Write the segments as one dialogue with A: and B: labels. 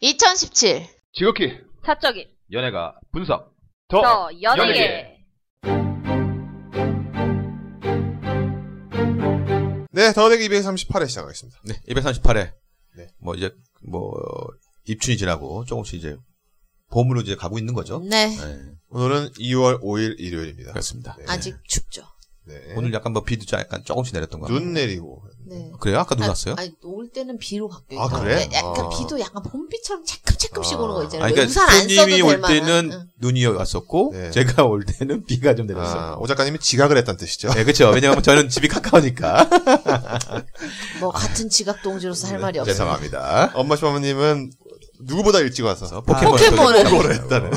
A: 2017
B: 지극히
C: 사적인
B: 연예가 분석
C: 더
B: 어, 연예계.
C: 연예계.
D: 네, 더대기 238회 시작하겠습니다.
E: 네, 238회.
D: 네.
E: 뭐 이제 뭐 입춘이 지나고 조금씩 이제 봄으로 이제 가고 있는 거죠.
A: 네
E: 네,
D: 오늘은 2월 5일 일요일입니다.
E: 그렇습니다.
D: 네.
A: 아직 춥죠
D: 네.
E: 오늘 약간 뭐 비도 좀 약간 조금씩 내렸던 거.
D: 눈 내리고.
A: 네
E: 그래요? 아까 눈 왔어요?
A: 아니 올 때는 비로 바뀌어요
D: 아, 그래?
A: 약간
D: 아.
A: 비도 약간 봄비처럼 쬐끔쬐끔씩
D: 아.
A: 오는 거 있잖아요
E: 아니, 그러니까
A: 왜 우산 안 써도
E: 손님이
A: 될
E: 올
A: 만한
E: 때는
A: 응.
E: 눈이 왔었고
D: 네.
E: 제가 올 때는 비가
D: 아,
E: 좀 내렸어요.
D: 오 작가님이 지각을 했다는 뜻이죠.
E: 네, 그렇죠. 왜냐하면 저는 집이 가까우니까.
A: 뭐 같은 지각 동지로서 할 말이 없어요
E: 아. 네, 죄송합니다.
D: 엄마 시어머님은 누구보다 일찍 와서
E: 포켓몬
A: 아, 포켓몬을.
E: 했다는.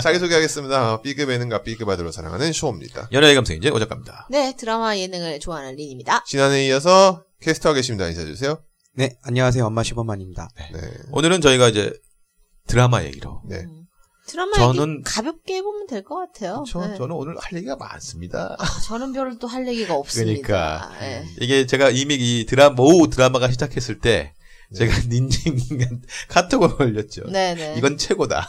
D: 자기소개하겠습니다. B급 예능과 B급 아들로 사랑하는 쇼입니다.
E: 연예의 감성 이제 오작갑니다.
A: 네 드라마 예능을 좋아하는 린입니다
D: 지난해에 이어서 캐스터 계십니다. 인사해주세요.
F: 네, 안녕하세요. 엄마 시범만입니다.
D: 네.
E: 오늘은 저희가 이제 드라마 얘기로.
D: 네.
A: 음. 드라마 얘기
E: 저는-
A: 가볍게 해보면 될 것 같아요
E: 저,
A: 네.
E: 저는 오늘 할 얘기가 많습니다.
A: 아, 저는 별로 또 할 얘기가 없습니다
E: 그러니까.
A: 네.
E: 이게 제가 이미 이 드라마, 모 드라마가 시작했을 때, 제가 닌징 카톡을 올렸죠.
A: 네네
E: 이건 최고다.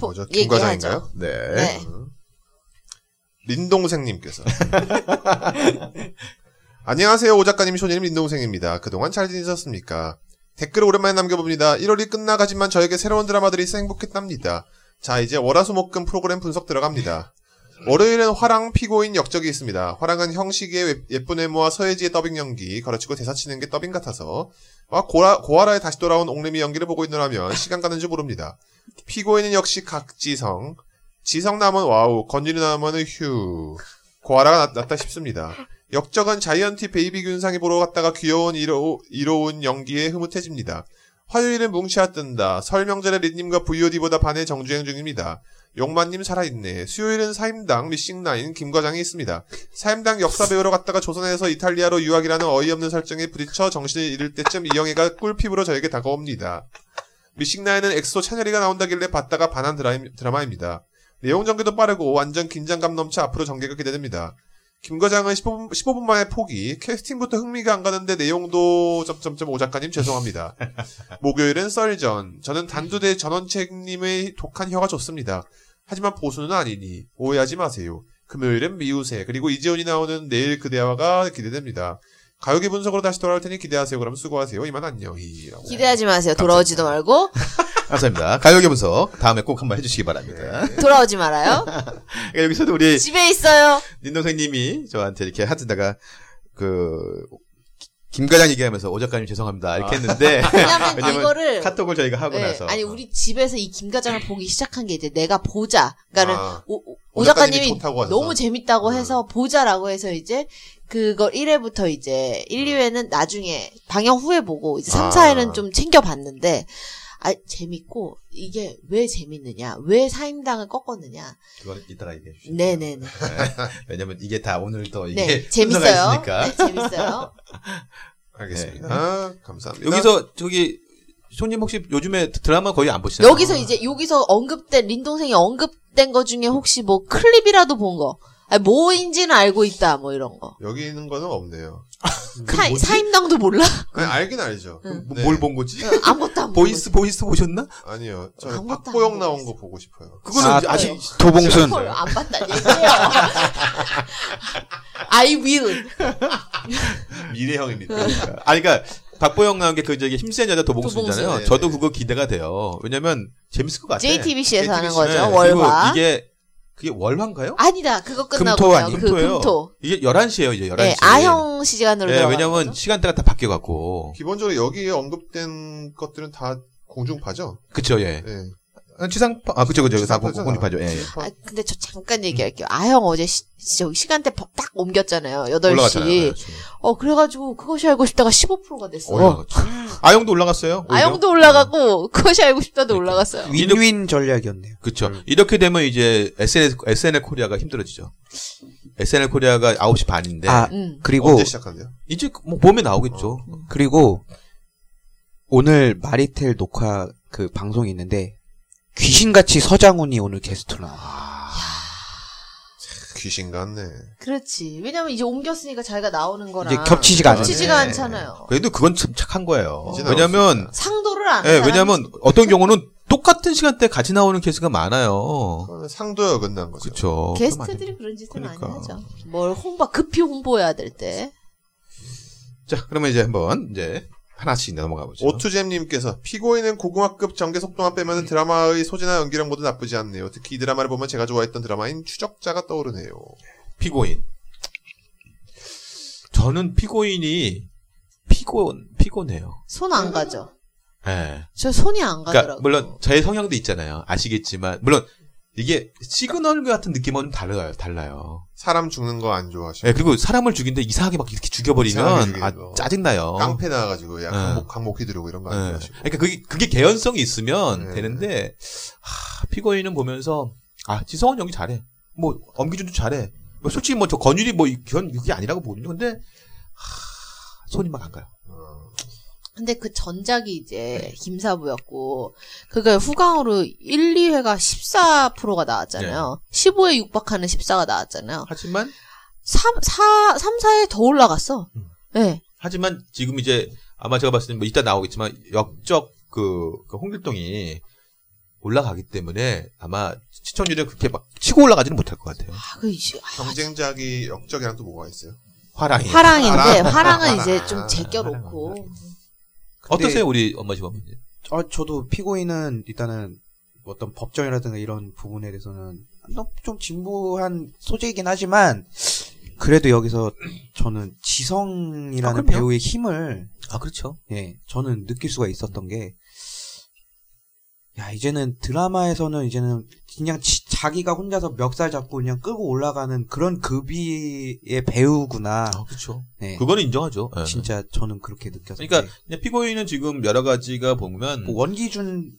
A: 포-
D: 뭐죠?
A: 얘기하죠.
D: 김과장인가요?
E: 네.
A: 네.
D: 린동생님께서. 안녕하세요. 오 작가님, 쇼님 린동생입니다. 그동안 잘 지내셨습니까? 댓글을 오랜만에 남겨봅니다. 1월이 끝나가지만 저에게 새로운 드라마들이 있어 행복했답니다. 자, 이제 월화수목금 프로그램 분석 들어갑니다. 월요일엔 화랑 피고인 역적이 있습니다. 화랑은 형식의 웹- 예쁜 외모와 서예지의 더빙 연기, 가르치고 대사 치는 게 더빙 같아서, 와, 고라, 고아라에 다시 돌아온 옥림이 연기를 보고 있느라면 시간 가는 줄 모릅니다. 피고인은 역시 각지성, 지성 남은 와우, 건진이 남은 휴. 고아라가 낫- 낫다 싶습니다. 역적은 자이언티 베이비 균상이 보러 갔다가 귀여운 이로, 이로운 연기에 흐뭇해집니다. 화요일은 뭉치아 뜬다. 설명절에 린님과 VOD보다 반해 정주행 중입니다. 용만님 살아있네. 수요일은 사임당 미싱나인 김과장이 있습니다. 사임당 역사 배우러 갔다가 조선에서 이탈리아로 유학이라는 어이없는 설정에 부딪혀 정신을 잃을 때쯤 이영애가 꿀피부로 저에게 다가옵니다. 미싱나인은 엑소 찬열이가 나온다길래 봤다가 반한 드라임- 드라마입니다. 내용 전개도 빠르고 완전 긴장감 넘쳐 앞으로 전개가 기대됩니다. 김 과장은 15분, 15분 만에 포기, 캐스팅부터 흥미가 안 가는데 내용도 점점점 오 작가님 죄송합니다. 목요일은 썰전. 저는 단두대 전원책님의 독한 혀가 좋습니다. 하지만 보수는 아니니 오해하지 마세요. 금요일은 미우새 그리고 이재훈이 나오는 내일 그대와가 기대됩니다. 가요계 분석으로 다시 돌아올 테니 기대하세요. 그럼 수고하세요. 이만 안녕히. 라고.
A: 기대하지
E: 네,
A: 마세요 돌아오지도 말고
E: 감사합니다. 가요계 분석 다음에 꼭 한번 해주시기 바랍니다.
A: 돌아오지 말아요
E: 그러니까 여기서도 우리
A: 집에 있어요
E: 닌동생님이 저한테 이렇게 하트다가 그 김과장 얘기하면서 오 작가님 죄송합니다 이렇게 했는데
A: 왜냐면
E: 왜냐면
A: 이거를
E: 카톡을 저희가 하고
A: 네,
E: 나서
A: 아니 우리 집에서 이 김과장을 보기 시작한 게 이제 내가 보자. 그러니까는
D: 아,
A: 오, 오-
D: 오
A: 오
D: 작가님이
A: 작가님이
D: 좋다고 하셔서.
A: 너무 재밌다고
D: 음.
A: 해서 보자라고 해서 이제 그걸 1회부터 이제 1,
E: 음.
A: 2회는 나중에 방영 후에 보고 이제 3,
D: 아.
A: 4회는 좀 챙겨봤는데 아 재밌고 이게 왜 재밌느냐? 왜 사임당을 꺾었느냐?
E: 그건 이따가 얘기해 주시죠.
A: 네네네.
E: 왜냐면 이게 다 오늘 또 아, 이게
A: 네
E: 순서가
A: 재밌어요.
E: 있으니까.
A: 네, 재밌어요.
D: 알겠습니다.
E: 네.
D: 아, 감사합니다.
E: 여기서 저기 손님 혹시 요즘에 드라마 거의 안 보시나요?
A: 여기서 이제 여기서 언급된 린동생이 언급된 거 중에 혹시 뭐 클립이라도 본 거? 아 뭐인지는 알고 있다 뭐 이런 거.
D: 여기 있는 거는 없네요.
A: 사, 사임당도 몰라?
D: 아니, 알긴 알죠. 네.
E: 그 뭐, 뭘 본 거지?
A: 아무것도 안 보고
E: 보이스 보이스 보셨나?
D: 아니요. 저는
A: 아무것도
D: 박보영
A: 안
D: 나온
A: 보고
D: 거 보고 싶어요.
E: 그거는
F: 아,
E: 아, 직
F: 도봉순.
A: 헐, 안 봤단 얘기예요. I will. 네.
E: 미래형입니다.
D: 네.
E: 아니 그러니까 박보영 나온 게 그 저기 힘센 여자 도봉순이잖아요.
D: 도봉순, 네,
E: 저도
D: 네.
E: 그거 기대가 돼요. 왜냐면 재밌을 것 같아.
A: JTBC에서 하는
D: JTBC,
A: 거죠.
E: 네,
A: 월화.
E: 그리고 이게 그게 월화인가요?
A: 아니다. 그거 끝나고
E: 금토 아니
A: 그
E: 금토예요.
A: 금토.
E: 이게 11시예요, 이제 11시.
A: 네, 아형 시간으로
E: 예,
A: 들어가는
E: 왜냐면
A: 거죠.
E: 시간대가 다 바뀌어 갖고.
D: 기본적으로 여기에 언급된 것들은 다 공중파죠.
E: 그쵸 예.
D: 예.
E: 아, 지상파 아, 그쵸 그쵸. 다
D: 지상파잖아.
E: 공중파죠. 예. 예.
D: 지상파.
A: 아, 근데 저 잠깐 얘기할게요. 아형 어제 시, 저 시간대 바- 딱 옮겼잖아요. 8시.
E: 올라갔잖아요. 예.
A: 어, 그래가지고 그것이 알고 싶다가 15%가 됐어요.
E: 올라갔죠. 아, 예. 아영도 올라갔어요. 오히려.
A: 아형도 올라가고 그것이 알고 싶다도 올라갔어요.
F: 윈윈 전략이었네요.
E: 그쵸.
D: 음.
E: 이렇게 되면 이제 SNS, SNL 코리아가 힘들어지죠. SNL 코리아가 9시 반인데.
F: 아,
A: 음.
F: 그리고
D: 언제 시작한대요?
E: 이제 뭐 봄에 나오겠죠.
D: 어.
F: 그리고 오늘 마리텔 녹화 그 방송이 있는데 귀신같이 서장훈이 오늘 게스트로 나와.
D: 귀신 같네.
A: 그렇지. 왜냐면 이제 옮겼으니까 자기가 나오는 거랑
F: 이제 겹치지가 않아요.
A: 겹치지가
E: 네.
A: 않잖아요.
E: 그래도 그건 참 착한 거예요.
D: 이제
E: 왜냐면
A: 상도를 안.
E: 예,
A: 하는
E: 왜냐면 어떤 경우는 똑같은 시간대 같이 나오는 케이스가 많아요.
D: 그거는 상도에 어긋난 거죠.
E: 그렇죠.
A: 사람- 게스트들이 그런 짓을 많이
E: 그러니까.
A: 하죠. 뭘 홍보 급히 홍보해야 될 때.
E: 자, 그러면 이제 한번 이제 하나씩 넘어가 보죠.
D: 오투잼님께서 피고인은 고궁합급 전개 속도만 빼면 드라마의 소재나 연기력 모두 나쁘지 않네요. 특히 이 드라마를 보면 제가 좋아했던 드라마인 추적자가 떠오르네요.
E: 피고인. 저는 피고인이 피곤 피곤해요.
A: 손 안 가죠.
E: 예.
A: 저 손이 안
E: 그러니까
A: 가더라고.
E: 물론 저의 성향도 있잖아요. 아시겠지만 물론 이게 시그널 같은 느낌은 좀 달라요. 달라요.
D: 사람 죽는 거 안 좋아하시고
E: 예, 그리고 사람을 죽인데 이상하게 막 이렇게
D: 이상하게
E: 죽여버리면
D: 죽이는
E: 아,
D: 거.
E: 짜증나요.
D: 깡패 나와가지고 야
E: 네.
D: 강목 강목히 들고 이런 거 안
E: 예.
D: 좋아하시고
E: 그러니까 그게 그게 개연성이 있으면
D: 네.
E: 되는데 하, 피고인은 보면서 아 지성은 연기 잘해. 뭐 엄기준도 잘해. 뭐 솔직히 뭐 저 건율이 뭐 이- 그건 그게 아니라고 보거든요. 근데 하, 손이 막 안 가요.
D: 어,
A: 근데 그 전작이
E: 네.
A: 이제 김사부였고 그게 후광으로 1, 2회가 14%가 나왔잖아요.
E: 네.
A: 15에 육박하는 14가 나왔잖아요.
E: 하지만
A: 3, 4, 3, 4에 더 올라갔어.
E: 음.
A: 네.
E: 하지만 지금 이제 아마 제가 봤을 때 뭐 이따 나오겠지만 역적 그, 그 홍길동이 올라가기 때문에 아마 시청률이 그렇게 막 치고 올라가지는 못할 것 같아요.
A: 아, 그 이제 아,
D: 경쟁작이 역적이랑 또 뭐가 있어요?
E: 화랑이.
A: 화랑인데
E: 아,
D: 화랑.
A: 화랑은 이제
D: 화랑.
A: 좀 제껴놓고
E: 어떠세요 우리 엄마 시범님?
F: 어, 저도 피고인은 일단은 뭐 어떤 법정이라든가 이런 부분에 대해서는 너무 좀 진부한 소재이긴 하지만 그래도 여기서 저는
E: 아,
F: 지성이라는
E: 그럼요.
F: 배우의 힘을
E: 아 그렇죠.
F: 예, 저는 느낄 수가 있었던 게, 야, 이제는 드라마에서는 이제는 그냥 지- 자기가 혼자서 멱살 잡고 그냥 끌고 올라가는 그런 급이의 배우구나.
E: 아 그렇죠.
F: 네.
E: 그거는 인정하죠. 예.
F: 진짜 저는 그렇게 느꼈어요.
E: 그러니까 그냥 피고인은 지금 여러 가지가 보면
F: 뭐 원기준,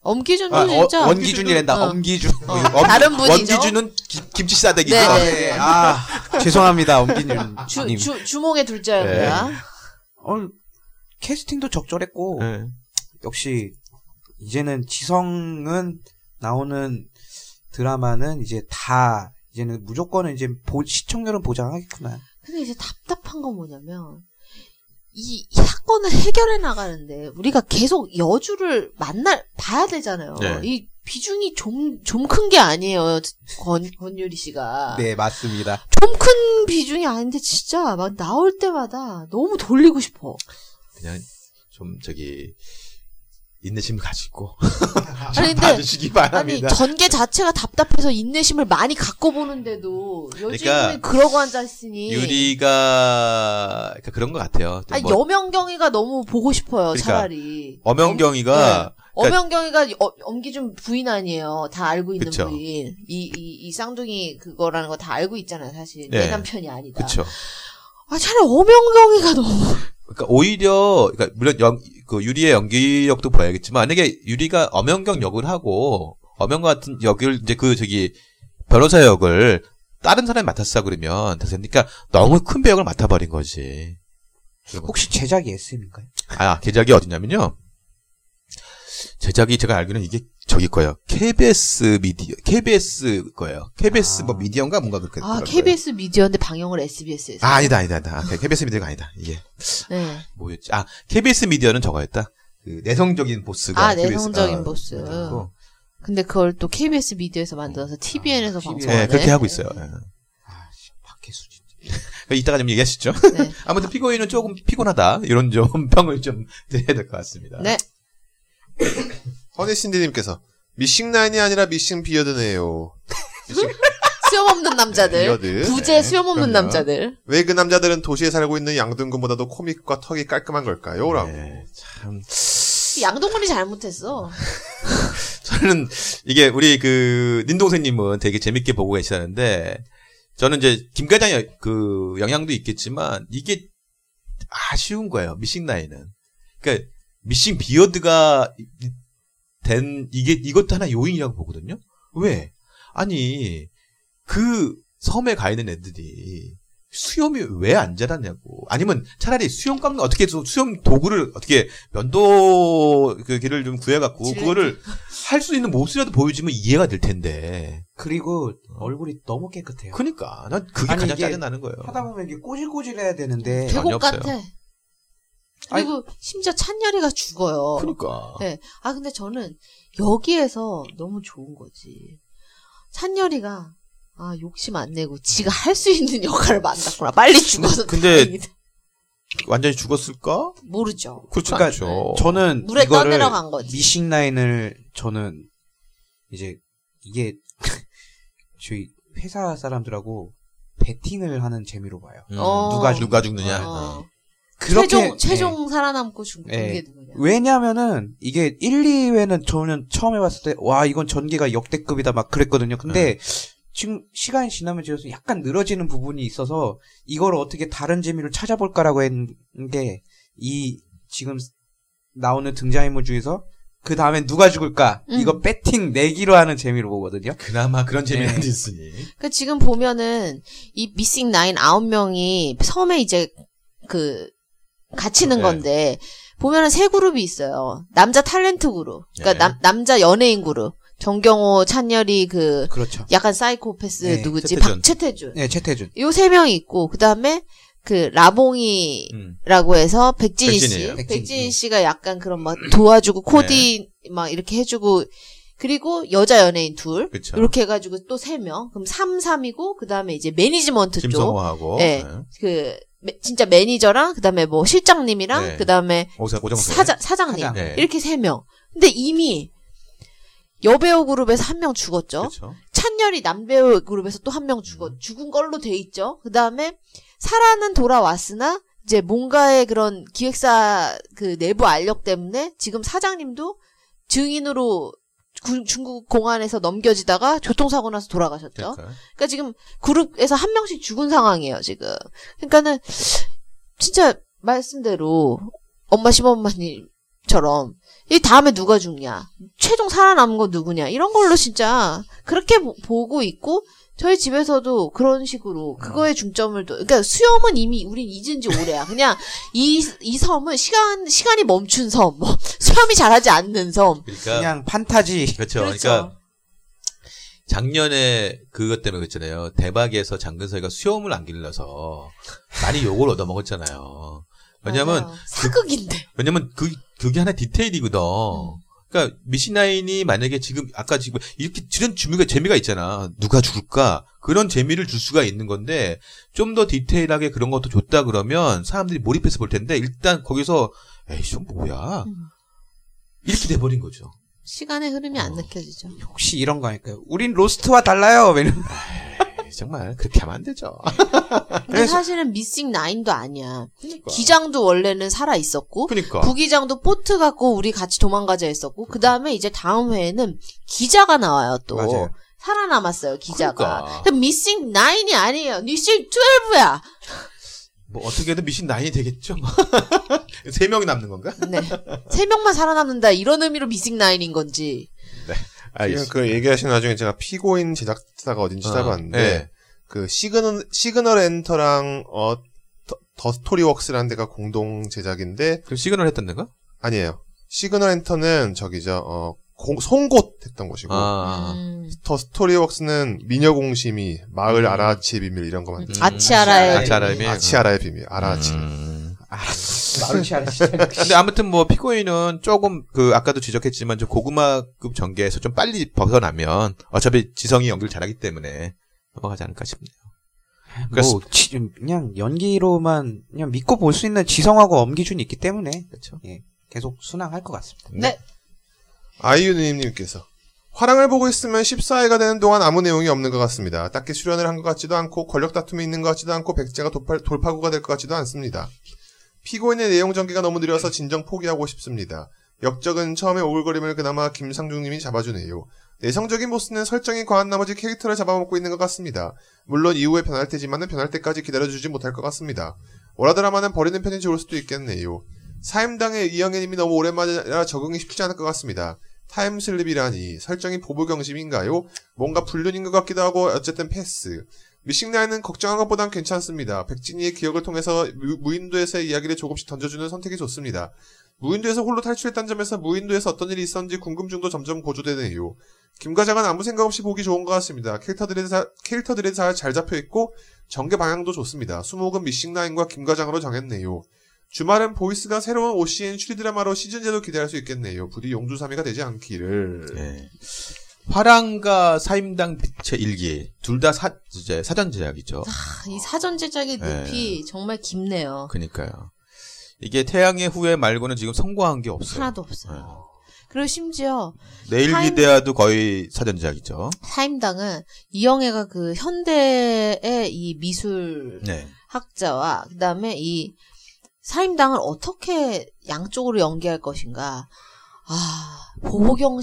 A: 엄기준도
E: 아, 어,
A: 진짜
F: 원기준이란다.
A: 어.
F: 엄기준.
A: 어, 다른 분이죠.
E: 원기준은 기- 김치 싸대기죠.
A: 네,
F: 아,
A: 네.
F: 네. 아, 죄송합니다, 엄기준.
A: 주,
F: 님.
A: 주, 주몽의 둘째였구나.
E: 네.
F: 어, 캐스팅도 적절했고,
E: 예.
F: 역시 이제는 지성은 나오는 드라마는 이제 다 이제는 무조건 이제 보- 시청률은 보장하겠구나.
A: 근데 이제 답답한 건 뭐냐면 이, 이 사건을 해결해 나가는데 우리가 계속 여주를 만날 봐야 되잖아요.
E: 네.
A: 이 비중이 좀 좀 큰 게 아니에요. 권 권유리 씨가
F: 네 맞습니다.
A: 좀 큰 비중이 아닌데 진짜 막 나올 때마다 너무 돌리고 싶어.
E: 그냥 좀 저기 인내심 가지고
A: 아니,
E: 좀
A: 근데-
E: 봐주시기
A: 아니
E: 바랍니다.
A: 전개 자체가 답답해서 인내심을 많이 갖고 보는데도 요즘에
E: 그러니까
A: 그러고 앉아 있으니
E: 유리가 그러니까 그런 것 같아요. 좀
A: 아니
E: 뭐
A: 여명경이가 너무 보고 싶어요.
E: 그러니까
A: 차라리
E: 엄영경이가 그러니까-
A: 엄영경이가 어- 엄기준 부인 아니에요. 다 알고 있는
E: 그쵸.
A: 부인. 이, 이, 이 쌍둥이 그거라는 거 다 알고 있잖아요, 사실.
E: 네.
A: 내 남편이 아니다.
E: 그쵸.
A: 아, 차라리 엄영경이가 너무.
E: 그러니까 오히려 그러니까 물론 연, 그 유리의 연기력도 봐야겠지만 만약에 유리가 엄영경 역을 하고 엄영 같은 역을 이제 그 저기 변호사 역을 다른 사람이 맡았어 그러면 그러니까 너무 큰 배역을 맡아버린 거지.
F: 혹시 제작이 S입니까요?
E: 아, 제작이 어디냐면요. 제작이 제가 알기로는 이게 저기 거예요. KBS 미디어, KBS 거예요. KBS
F: 아.
E: 뭐 미디어인가 뭔가 그렇게.
A: 아,
E: 그런
A: KBS 미디어인데 방영을 SBS에서.
E: 거예요. 그렇죠. 아, 아니다, 아니다, 아니다. 아, KBS 미디어가 아니다. 이게
A: 네.
E: 뭐였지? 아, KBS 미디어는 저거였다. 그 내성적인 보스가.
A: 아,
E: KBS
A: 내성적인
E: 아,
A: 보스. 어,
E: 그래갖고.
A: 근데 그걸 또 KBS 미디어에서 만들어서 TVN에서
F: TVN.
E: 예,
A: 방송하네.
E: 그렇게 하고 있어요. 예.
F: 아, 박혜수 진
E: 이따가 좀 얘기하시죠.
A: 네.
E: 아무튼 피고인은 조금 피곤하다. 이런 좀 평을 좀 드려야 될 것 같습니다.
A: 네.
D: 허니신디님께서 미싱 라인이 아니라 미싱 비어드네요.
A: 수염 없는 남자들.
D: 비어드.
A: 네. 부재 수염 없는
E: 네. 그럼요.
A: 남자들.
D: 왜 그 남자들은 도시에 살고 있는 양등군보다도 코믹과 턱이 깔끔한 걸까요? 라고.
E: 네, 참.
A: 양동근이 잘못했어.
E: 저는 이게 우리 그 닌동생님은 되게 재밌게 보고 계시다는데 저는 이제 김과장의 그 영향도 있겠지만 이게 아쉬운 거예요 미싱 나이는 그러니까 미싱 비어드가 이- 된 이게 이것도 하나 요인이라고 보거든요 왜 아니 그 섬에 가 있는 애들이 수염이 왜 안 자라냐고. 아니면 차라리 수염 깎는 어떻게 수- 수염 도구를 어떻게 면도 그 길을 좀 구해갖고
A: 질레?
E: 그거를 할 수 있는 모습이라도 보여주면 이해가 될 텐데.
F: 그리고 얼굴이 너무 깨끗해요.
E: 그러니까 난 그게
F: 예. 아니,
E: 가장
F: 이게
E: 짜증 나는 거예요.
F: 하다 보면 이게 꼬질꼬질해야 되는데
E: 저-
A: 계곡
E: 네, 없어요.
A: 같아. 그리고 심지어 찬열이가 죽어요.
E: 그러니까.
A: 네. 아 근데 저는 여기에서 너무 좋은 거지. 찬열이가 아 욕심 안 내고 지가 할 수 있는 역할을 만났구나. 빨리 죽어서
E: 근데-
A: 다행이다.
E: 완전히 죽었을까?
A: 모르죠.
E: 그렇지
F: 그러니까
E: 않죠.
F: 저는
A: 물에
F: 이거를
A: 떠내려 간 거지.
F: 미싱 라인을 저는 이제 이게 저희 회사 사람들하고 배팅을 하는 재미로 봐요.
E: 음,
A: 어.
E: 누가 죽- 누가 죽느냐.
A: 어.
F: 그렇게
A: 최종
F: 네.
A: 최종 살아남고 죽는
F: 네.
A: 게 누구냐.
F: 왜냐면은 이게 1, 2회는 저는 처음 해봤을 때 와 이건 전개가 역대급이다 막 그랬거든요. 근데 지금 시간이 지나면 지나서 약간 늘어지는 부분이 있어서 이걸 어떻게 다른 재미로 찾아볼까라고 했는데 이 지금 나오는 등장인물 중에서 그 다음에 누가 죽을까
A: 음.
F: 이거 배팅 내기로 하는 재미로 보거든요.
E: 그나마 그런 재미는
F: 네.
E: 있으니.
A: 그 지금 보면은 이 미싱 나인 아홉 명이 섬에 이제 그 갇히는
E: 네.
A: 건데 보면은 세 그룹이 있어요. 남자 탤런트 그룹, 그러니까
E: 네.
A: 남, 남자 연예인 그룹. 정경호, 찬열이 그
F: 그렇죠.
A: 약간 사이코패스
F: 네,
A: 누구지?
E: 최태준.
A: 박 최태준.
F: 네 최태준.
A: 요 세 명이 있고 그다음에 그 라봉이
E: 음.
A: 라고 해서 백진희
E: 백진이에요. 음. 네.
A: 씨,
F: 백진이.
A: 백진희 씨가 약간 그런 막 도와주고 코디 막 이렇게 해주고 그리고 여자 연예인 둘,
E: 그쵸.
A: 이렇게 해가지고 또 세 명, 그럼 3, 3이고 그 다음에 이제 매니지먼트 쪽,
E: 김성호하고
A: 네.
E: 네.
A: 그 매- 진짜 매니저랑 그 다음에 뭐 실장님이랑
E: 네.
A: 그 다음에
E: 오사 고정세.
A: 사장 사장님
F: 사장.
E: 네.
A: 이렇게 세 명. 근데 이미 여배우 그룹에서 한 명 죽었죠.
E: 그렇죠.
A: 찬열이 남배우 그룹에서 또 한 명 죽어 죽은 걸로 돼 있죠. 그 다음에 사라는 돌아왔으나 이제 뭔가의 그런 기획사 그 내부 알력 때문에 지금 사장님도 증인으로 구- 중국 공안에서 넘겨지다가 교통사고 나서 돌아가셨죠. 그러니까,
E: 그러니까.
A: 지금 그룹에서 한 명씩 죽은 상황이에요 지금. 그러니까는 진짜 말씀대로 엄마 시범마님처럼 이 다음에 누가 죽냐, 최종 살아남은 건 누구냐 이런 걸로 진짜 그렇게 보, 고 있고 저희 집에서도 그런 식으로 그거에 중점을 둬. 그러니까 수염은 이미 우린 잊은 지 오래야. 그냥 이 이 섬은 시간 시간이 멈춘 섬, 뭐 수염이 자라지 않는 섬.
E: 그러니까
F: 그냥 판타지.
E: 그렇죠. 그러니까 작년에 그것 때문에 그랬잖아요. 대박에서 장근석이가 수염을 안 길러서 많이 욕을 얻어먹었잖아요. 왜냐면
A: 맞아요. 사극인데.
E: 왜냐면 그 그게 하나 디테일이거든.
A: 음.
E: 그러니까 미시나인이 만약에 지금 아까 지금 이렇게 이런 재미가 재미가 있잖아. 누가 죽을까? 그런 재미를 줄 수가 있는 건데 좀 더 디테일하게 그런 것도 줬다 그러면 사람들이 몰입해서 볼 텐데 일단 거기서 에이 좀 뭐야
A: 음.
E: 이렇게 돼버린 거죠.
A: 시간의 흐름이 안
E: 어.
A: 느껴지죠.
F: 혹시 이런 거 아닐까요? 우린 로스트와 달라요. 왜냐면
E: 에이, 정말 그렇게 하면 안 되죠.
A: 근데
F: 그래서-
A: 사실은 미싱 나인도 아니야. 기장도 원래는 살아 있었고
E: 그러니까
A: 부기장도 보트 갖고 우리 같이 도망가자 했었고 그 다음에 이제 다음 회에는 기자가 나와요 또
F: 맞아요.
A: 살아남았어요
E: 그러니까.
A: 기자가 근데 미싱 9이 아니에요 미싱 12야
E: 뭐 어떻게든 미신 나인이 되겠죠. 세 명이 남는 건가?
A: 네. 세 명만 살아남는다 이런 의미로 미싱 9인 건지
D: 지금 그 얘기하시는 와중에 제가 피고인 제작사가 어딘지 찾아봤는데
E: 네.
D: 그 시그널 시그널 엔터랑 어, 더, 더 스토리웍스라는 데가 공동 제작인데
E: 그 시그널 했던 데가?
D: 아니에요. 시그널 엔터는 저기죠 어, 공- 송곳 했던 곳이고
E: 아.
A: 음.
D: 더 스토리웍스는 미녀공심이 마을
E: 음.
D: 아라아치의 비밀 이런 거 만든
A: 아치아라의
E: 아치아라의
A: 의미.
E: 음.
D: 아치아라의 비밀 아라아치
E: 음.
F: 마루치 아저씨.
E: 근데 아무튼 뭐 피고인은 조금 그 아까도 지적했지만 좀 고구마급 전개에서 좀 빨리 벗어나면 어차피 지성이 연기를 잘하기 때문에 넘어가지 않을까 싶네요.
F: 뭐 지- 그냥 연기로만 그냥 믿고 볼 수 있는 지성하고 엄기준이 있기 때문에 예,
E: 그렇죠.
F: 계속 순항할 것 같습니다.
A: 네.
D: 아이유누님께서 화랑을 보고 있으면 14회가 되는 동안 아무 내용이 없는 것 같습니다. 딱히 수련을 한 것 같지도 않고 권력 다툼이 있는 것 같지도 않고 백제가 돌파, 구가 될 것 같지도 않습니다. 피고인의 내용 전개가 너무 느려서 진정 포기하고 싶습니다. 역적은 처음에 오글거림을 그나마 김상중님이 잡아주네요. 내성적인 보스는 설정이 과한 나머지 캐릭터를 잡아먹고 있는 것 같습니다. 물론 이후에 변할 테지만은 변할 때까지 기다려주지 못할 것 같습니다. 워라드라마는 버리는 편이 좋을 수도 있겠네요. 사임당의 이영애님이 너무 오랜만이라 적응이 쉽지 않을 것 같습니다. 타임슬립이라니 설정이 보복경심인가요? 뭔가 불륜인 것 같기도 하고 어쨌든 패스. 미싱나이는 걱정한 것보단 괜찮습니다. 백진이의 기억을 통해서 무- 무인도에서의 이야기를 조금씩 던져주는 선택이 좋습니다. 무인도에서 홀로 탈출했다는 점에서 무인도에서 어떤 일이 있었는지 궁금증도 점점 고조되는 이유. 김 과장은 아무 생각 없이 보기 좋은 것 같습니다. 캐릭터들이 다, 캐릭터들이 다 잘 잡혀 있고 전개 방향도 좋습니다. 수목은 미싱나인과 김 과장으로 정했네요. 주말은 보이스가 새로운 OCN 추리 드라마로 시즌 제도 기대할 수 있겠네요. 부디 용두삼이가 되지 않기를.
E: 네. 화랑과 사임당 빛의 일기 둘 다 사, 이제 사전 제작이죠.
A: 아, 이 사전 제작의
E: 네.
A: 늪이 정말 깊네요.
E: 그러니까요. 이게 태양의 후예 말고는 지금 성공한 게 없어요. 네.
A: 하나도 없어요. 그리고 심지어
E: 내일
A: 사임-
E: 기대야도 거의 사전 제작이죠.
A: 사임당은 이영애가 그 현대의 이 미술
E: 네.
A: 학자와 그다음에 이 사임당을 어떻게 양쪽으로 연계할 것인가. 아,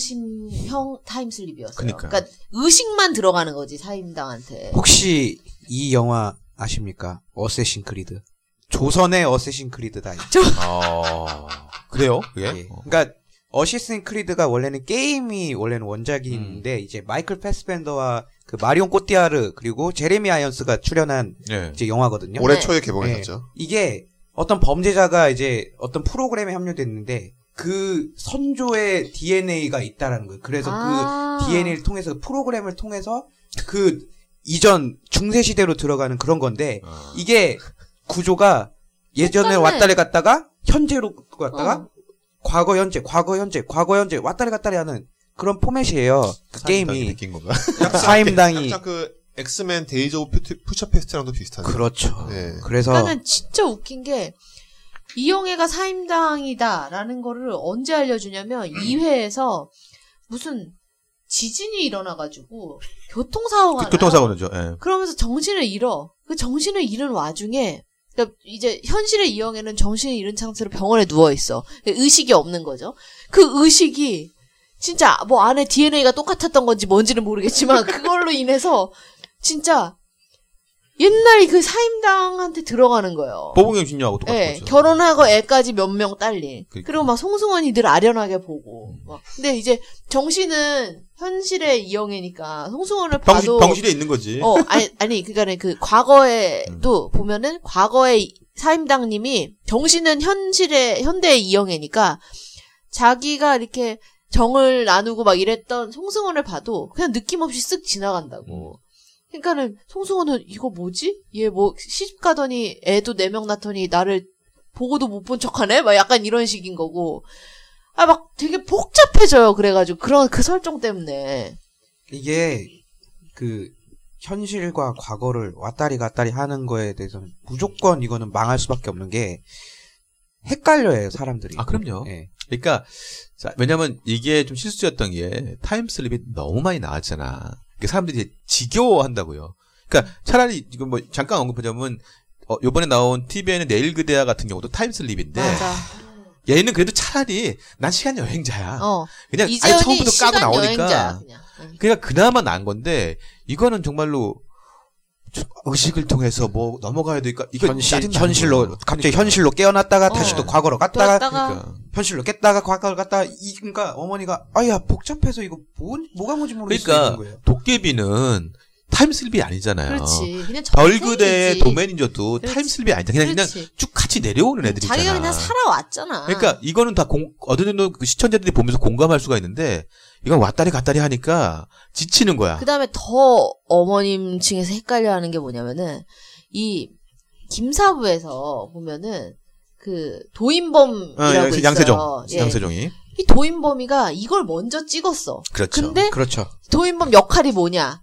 A: 보호경심형 타임슬립이었어요.
E: 그러니까요.
A: 의식만 들어가는 거지 사임당한테.
F: 혹시 이 영화 아십니까? 어쌔신 크리드. 조선의 어쌔신 크리드다. 이거.
E: 어... 그래요? 그게? 어,
F: 예. 그러니까 어쌔신 크리드가 원래는 게임이 원래는 원작인데
D: 음.
F: 이제 마이클 패스펜더와 그 마리온 꼬띠아르 그리고 제레미 아이언스가 출연한
E: 네.
F: 이제 영화거든요.
D: 올해
A: 네.
D: 초에 개봉했었죠.
F: 이게 어떤 범죄자가 이제 어떤 프로그램에 합류됐는데 그 선조의 DNA가 있다라는 거예요. 그래서
A: 아.
F: 그 DNA를 통해서 그 프로그램을 통해서 그 이전 중세 시대로 들어가는 그런 건데
E: 어.
F: 이게 구조가 예전에
A: 똑같네.
F: 왔다리 갔다가 현재로 갔다가
A: 어.
F: 과거 현재 과거 현재 과거 현재 왔다리 갔다리 하는 그런 포맷이에요. 그
E: 사임당이
F: 게임이
E: 느낀 건가?
F: 사임당이
D: 약간 그 엑스맨 데이즈 오브 퓨처 페스트랑도 비슷한.
F: 그렇죠.
D: 네.
F: 그래서
A: 그러니까는 진짜 웃긴 게 이영애가 사임당이다라는 거를 언제 알려주냐면 2회에서 무슨 지진이 일어나가지고 어. 교통사고가
E: 그
A: 나요.
E: 교통사고는죠. 예.
A: 그러면서 정신을 잃어. 그 정신을 잃은 와중에 그러니까 이제 현실의 이영애는 정신을 잃은 상태로 병원에 누워 있어. 그 의식이 없는 거죠. 그 의식이 진짜 뭐 안에 DNA가 똑같았던 건지 뭔지는 모르겠지만 그걸로 인해서 진짜 옛날 그 사임당한테 들어가는 거예요.
E: 보봉경 신녀하고 똑같은
A: 예,
E: 거죠.
A: 결혼하고 애까지 몇 명 딸린.
E: 그러니까. 음.
A: 그리고 막 송승헌이 늘 아련하게 보고. 막. 근데 이제 정신은 현실의 이영애니까 송승헌을 봐도
E: 병실, 에 있는 거지.
A: 어, 아니, 아니, 그니까는 그 과거에도 보면은 과거에 이- 사임당님이 정신은 현실의, 현대의 이영애니까 자기가 이렇게 정을 나누고 막 이랬던 송승헌을 봐도 그냥 느낌없이 쓱 지나간다고. 그니까는 송승헌은 이거 뭐지? 얘 뭐 시집 가더니 애도 네 명 낳더니 나를 보고도 못 본 척하네? 막 약간 이런 식인 거고. 아, 막 되게 복잡해져요. 그래가지고. 그런 그 설정 때문에.
F: 이게 그 현실과 과거를 왔다리 갔다리 하는 거에 대해서는 무조건 이거는 망할 수밖에 없는 게 헷갈려요 사람들이.
E: 아, 그럼요.
F: 예.
E: 그러니까 자, 왜냐면 이게 좀 실수였던 게 타임슬립이 너무 많이 나왔잖아. 그 사람들이 이제 지겨워한다고요. 그러니까 차라리 지금 뭐 잠깐 언급하자면 어, 요번에 나온 TVN의 내일 그대야 같은 경우도 타임슬립인데
A: 맞아.
E: 얘는 그래도 차라리 난 시간 여행자야.
A: 어.
E: 그냥 아예
A: 이재현이
E: 처음부터
A: 시간
E: 까고 나오니까
A: 여행자야, 그냥. 응.
E: 그러니까 그나마 나은 건데 이거는 정말로 좀 의식을 통해서 뭐 넘어가야 되니까 이거
F: 현실
E: 짜증나는
F: 현실로
E: 거예요.
F: 갑자기 현실로 깨어났다가
A: 어.
F: 다시 또 과거로 갔다가
A: 그러다가
E: 그러니까.
F: 현실로 깼다가 과거로 갔다 이 그러니까 어머니가 아야 복잡해서 이거 뭔 뭐가 뭔지 모르겠어
E: 그러니까
F: 이런 거예요.
E: 도깨비는 타임슬립이 아니잖아요.
A: 그렇지. 그냥
E: 그러니까. 어.
A: 전생이지.
E: 별그대의 도매니저도
A: 그렇지.
E: 타임슬립이 아니잖아. 그냥, 그냥
A: 그렇지.
E: 쭉 같이 내려오는 애들 있잖아.
A: 자기가 그냥 살아왔잖아.
E: 그러니까 이거는 다 공, 어느 정도 그 시청자들이 보면서 공감할 수가 있는데 이건 왔다리 갔다리 하니까 지치는 거야.
A: 그다음에 더 어머님 층에서 헷갈려하는 게 뭐냐면은 이 김사부에서 보면은 그
E: 어,
A: 도인범이라고
E: 양세-
A: 있어요.
E: 양세종,
A: 예.
E: 양세종이
A: 이 도인범이가 이걸 먼저 찍었어.
E: 그렇죠.
A: 근데
F: 그렇죠.
A: 도인범 역할이 뭐냐?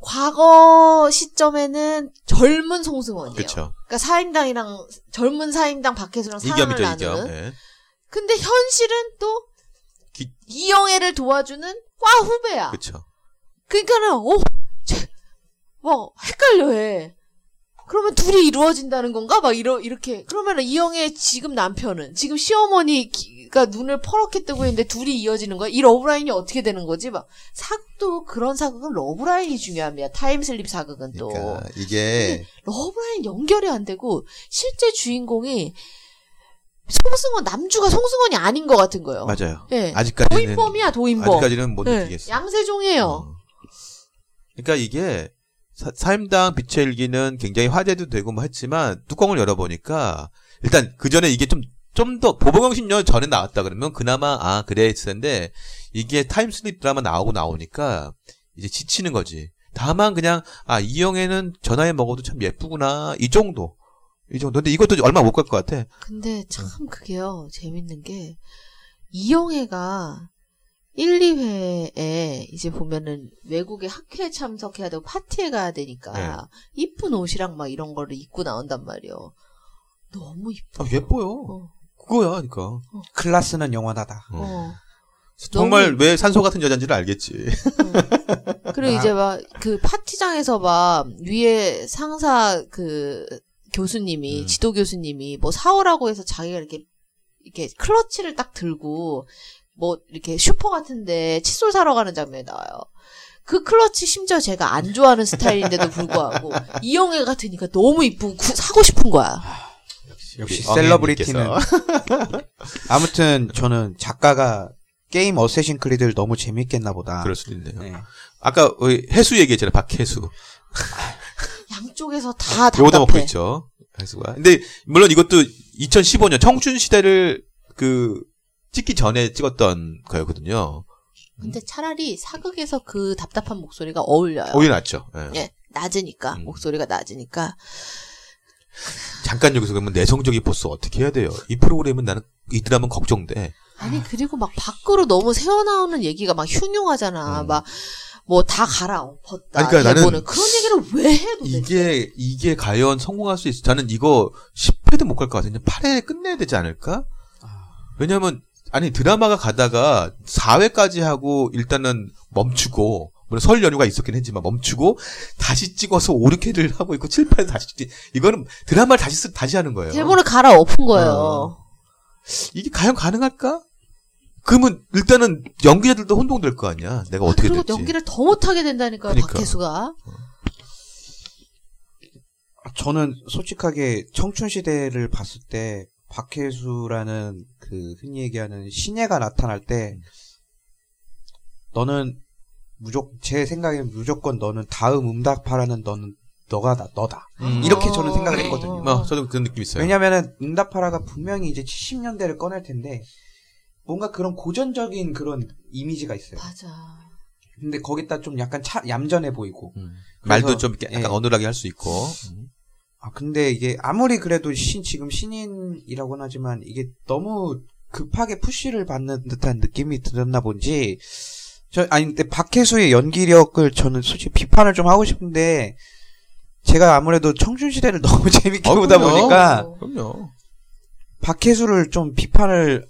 A: 과거 시점에는 젊은 송승헌이에요.
E: 그렇죠.
A: 그러니까 사임당이랑 젊은 사임당 박혜수랑 사랑을
E: 이겸이죠
A: 나누는.
E: 이겸. 예.
A: 근데 현실은 또
E: 기-
A: 이영애를 도와주는 과 후배야.
E: 그렇죠.
A: 그러니까는 어, 쟤, 막 헷갈려해. 그러면 둘이 이루어진다는 건가? 막 이러 이렇게 그러면은 이영애 지금 남편은 지금 시어머니가 눈을 퍼렇게 뜨고 있는데 둘이 이어지는 거야? 이 러브라인이 어떻게 되는 거지? 막 사극도 그런 사극은 러브라인이 중요합니다. 타임슬립 사극은 또
E: 그러니까 이게
A: 러브라인 연결이 안 되고 실제 주인공이 송승헌 남주가 송승헌이 아닌 것 같은 거예요.
E: 맞아요.
A: 예.
E: 아직까지는
A: 도인범이야 도인범.
E: 아직까지는 못
A: 예.
E: 느끼겠어.
A: 양세종이에요.
E: 어. 그러니까 이게 사- 사임당 빛의 일기는 굉장히 화제도 되고 뭐 했지만 뚜껑을 열어보니까 일단 그 전에 이게 좀 좀 더 보복영신녀 전에 나왔다 그러면 그나마 아 그래 했을 텐데 이게 타임슬립 드라마 나오고 나오니까 이제 지치는 거지. 다만 그냥 아 이영애는 전화해 먹어도 참 예쁘구나 이 정도 이 정도. 근데 이것도 얼마 못 갈 것 같아.
A: 근데 참
E: 어.
A: 그게요, 재밌는 게, 이영애가 1, 2회에 이제 보면은 외국에 학회에 참석해야 되고 파티에 가야
E: 네.
A: 되니까, 이쁜 옷이랑 막 이런 거를 입고 나온단 말이요. 너무 이뻐.
E: 아, 예뻐요.
A: 어,
E: 그거야, 그러니까.
F: 클라스는 영원하다.
E: 어.
A: 어.
E: 정말 왜 산소 같은 여잔지를 알겠지.
A: 그리고
F: 아.
A: 이제 막 그 파티장에서 막 위에 상사 그 교수님이
E: 음.
A: 지도 교수님이 뭐 사오라고 해서 자기가 이렇게 이렇게 클러치를 딱 들고 뭐 이렇게 슈퍼 같은데 칫솔 사러 가는 장면이 나와요. 그 클러치 심지어 제가 안 좋아하는 스타일인데도 불구하고 이영애 같으니까 너무 이쁘고 구- 사고 싶은 거야.
F: 역시
E: 우리
F: 셀러브리티는
E: 어머님께서.
F: 아무튼 저는 작가가 게임 어쌔신 크리드를 너무 재밌겠나
A: 아.
F: 보다.
E: 그럴 수도 있네요.
F: 네.
E: 아까 우리 해수 얘기했잖아요. 박해수.
A: 양쪽에서 다
E: 요거도 먹고
A: 답답해.
E: 있죠. 해수가. 근데 물론 이것도 2015년 청춘 시대를 그 찍기 전에 찍었던 거였거든요.
A: 근데 차라리 사극에서 그 답답한 목소리가 어울려요.
E: 오히려 낫죠. 예.
A: 예, 낮으니까
E: 음.
A: 목소리가 낮으니까
E: 잠깐 여기서 그러면 내성적인 보스 어떻게 해야 돼요? 이 프로그램은 나는 이 드라마는 걱정돼.
A: 아니 그리고 막 밖으로 너무 새어나오는 얘기가 막 흉흉하잖아.
E: 음.
A: 막 뭐 다 갈아엎었다.
E: 아니, 그러니까
A: 대본은.
E: 나는
A: 그런 얘기를 왜 해도 돼.
E: 이게 어. 이게 과연 성공할 수 있어? 저는 이거 10회도 못 갈 것 같은데 8회 끝내야 되지 않을까?
A: 아.
E: 왜냐면 아니 드라마가 가다가 4회까지 하고 일단은 멈추고 물론 설 연휴가 있었긴 했지만 멈추고 다시 찍어서 5, 6회를 하고 있고 7, 8 다시 찍 이거는 드라마를 다시 쓰, 다시 하는 거예요.
A: 대본을 갈아엎은 거예요.
E: 어. 이게 과연 가능할까? 그러면 일단은 연기자들도 혼동될 거 아니야. 내가 어떻게
A: 그리고
E: 될지.
A: 연기를 더 못하게 된다니까요.
E: 그러니까.
A: 박혜수가.
F: 저는 솔직하게 청춘 시대를 봤을 때 박혜수라는 그 흔히 얘기하는 신예가 나타날 때 너는 무조 제 생각엔 무조건 너는 다음 음답하라는 너는 너가 나 너다
E: 음.
F: 이렇게 저는 생각을
A: 어.
F: 했거든요.
E: 아, 저도 그런 느낌 있어요.
F: 왜냐면은 응답하라가 분명히 이제 70년대를 꺼낼 텐데 뭔가 그런 고전적인 그런 이미지가 있어요.
A: 맞아.
F: 근데 거기다 좀 약간 차, 얌전해 보이고
E: 음.
F: 그래서-
E: 말도 좀 이렇게 약간
F: 예.
E: 어눌하게 할 수 있고. 음.
F: 아 근데 이게 아무리 그래도 신 지금 신인이라고는 하지만 이게 너무 급하게 푸시를 받는 듯한 느낌이 들었나 본지 저 아니 근데 박혜수의 연기력을 저는 솔직히 비판을 좀 하고 싶은데 제가 아무래도 청춘 시대를 너무 재밌게
E: 어,
F: 보다
E: 그럼요.
F: 보니까
A: 어.
E: 그럼요.
F: 박혜수를 좀 비판을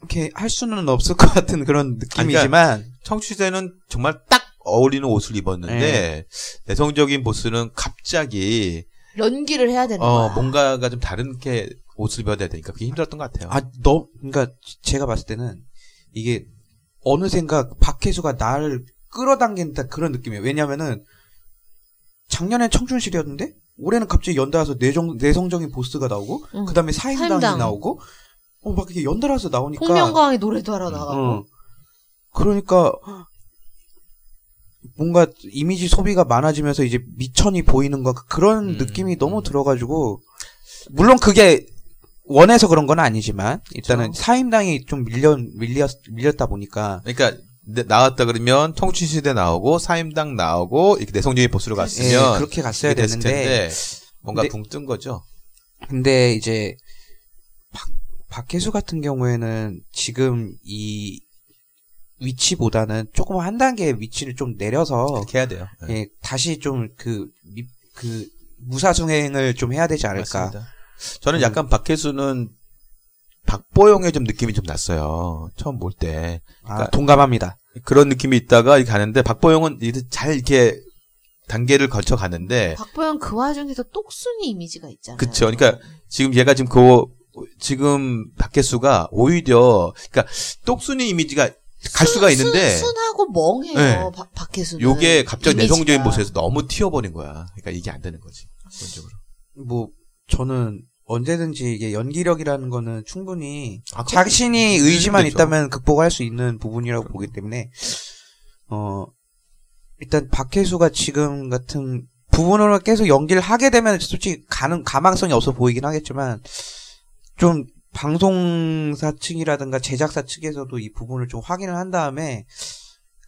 F: 이렇게 할 수는 없을 것 같은 그런
E: 그러니까
F: 느낌이지만
E: 청취자는 정말 딱 어울리는 옷을
F: 네.
E: 입었는데 내성적인 보스는 갑자기
A: 연기를 해야
F: 네,
A: 되는
E: 어,
A: 거야.
E: 뭔가가 좀 다른 게 옷을 입어야 되니까 그게 힘들었던 것 같아요.
F: 아 너 그러니까 제가 봤을 때는 이게 어느샌가 박혜수가 나를 끌어당긴다 그런 느낌이에요. 왜냐면은 작년엔 청춘시대였는데 올해는 갑자기 연달아서 내정, 내성적인 보스가 나오고
A: 응.
F: 그다음에 사임당이
A: 사임당.
F: 나오고 어, 막 이렇게 연달아서 나오니까
A: 홍명광이 노래도 하러
E: 음,
A: 나가고.
F: 어. 그러니까 뭔가 이미지 소비가 많아지면서 이제 미천이 보이는 거 그런
E: 음.
F: 느낌이 너무 들어가지고 물론 그게 원해서 그런 건 아니지만 일단은
E: 그렇죠.
A: 그쵸.
F: 사임당이 좀 밀려 밀렸 밀렸다 보니까
E: 그러니까 내- 나왔다 그러면 청춘시대 나오고 사임당 나오고 이렇게 내성적인 보스로
F: 예,
E: 갔으면
F: 그렇게 갔어야
E: 그게 됐을
F: 됐는데
E: 텐데 뭔가
F: 근데-
E: 붕 뜬 거죠.
F: 근데 이제 박 박혜수 같은 경우에는 지금 이 위치보다는 조금 한 단계 위치를 좀 내려서
E: 그렇게 해야 돼요. 네,
F: 어. 예, 다시 좀 그, 미- 그, 무사승행을 좀 해야 되지 않을까. 음.
E: 맞습니다. 저는 약간 박혜수는 박보영의 좀 느낌이 좀 났어요. 처음 볼 때.
F: 아, 동감합니다.
E: 그런 느낌이 있다가 이렇게 가는데 박보영은 이제 잘 이렇게 단계를 거쳐 가는데
A: 박보영 그 와중에서 똑순이 이미지가 있잖아요.
E: 음. 그쵸. 그러니까 지금 얘가 지금 그 지금 박혜수가 오히려 그러니까 똑순이 이미지가 갈 수가 있는데
A: 순, 하고 멍해요.
E: 네.
A: 박- 박혜수는.
E: 요게 갑자기
A: 이미지가.
E: 내성적인 모습에서 너무 튀어버린 거야. 그러니까 이게 안 되는 거지. 본적으로.
F: 뭐, 저는 언제든지 이게 연기력이라는 거는 충분히
E: 아,
F: 자신이 의지만
E: 되죠.
F: 있다면 극복할 수 있는 부분이라고 보기 때문에, 어, 일단 박혜수가 지금 같은 부분으로 계속 연기를 하게 되면 솔직히 가능 가망성이 없어 보이긴 하겠지만 좀 방송사 측이라든가 제작사 측에서도 이 부분을 좀 확인을 한 다음에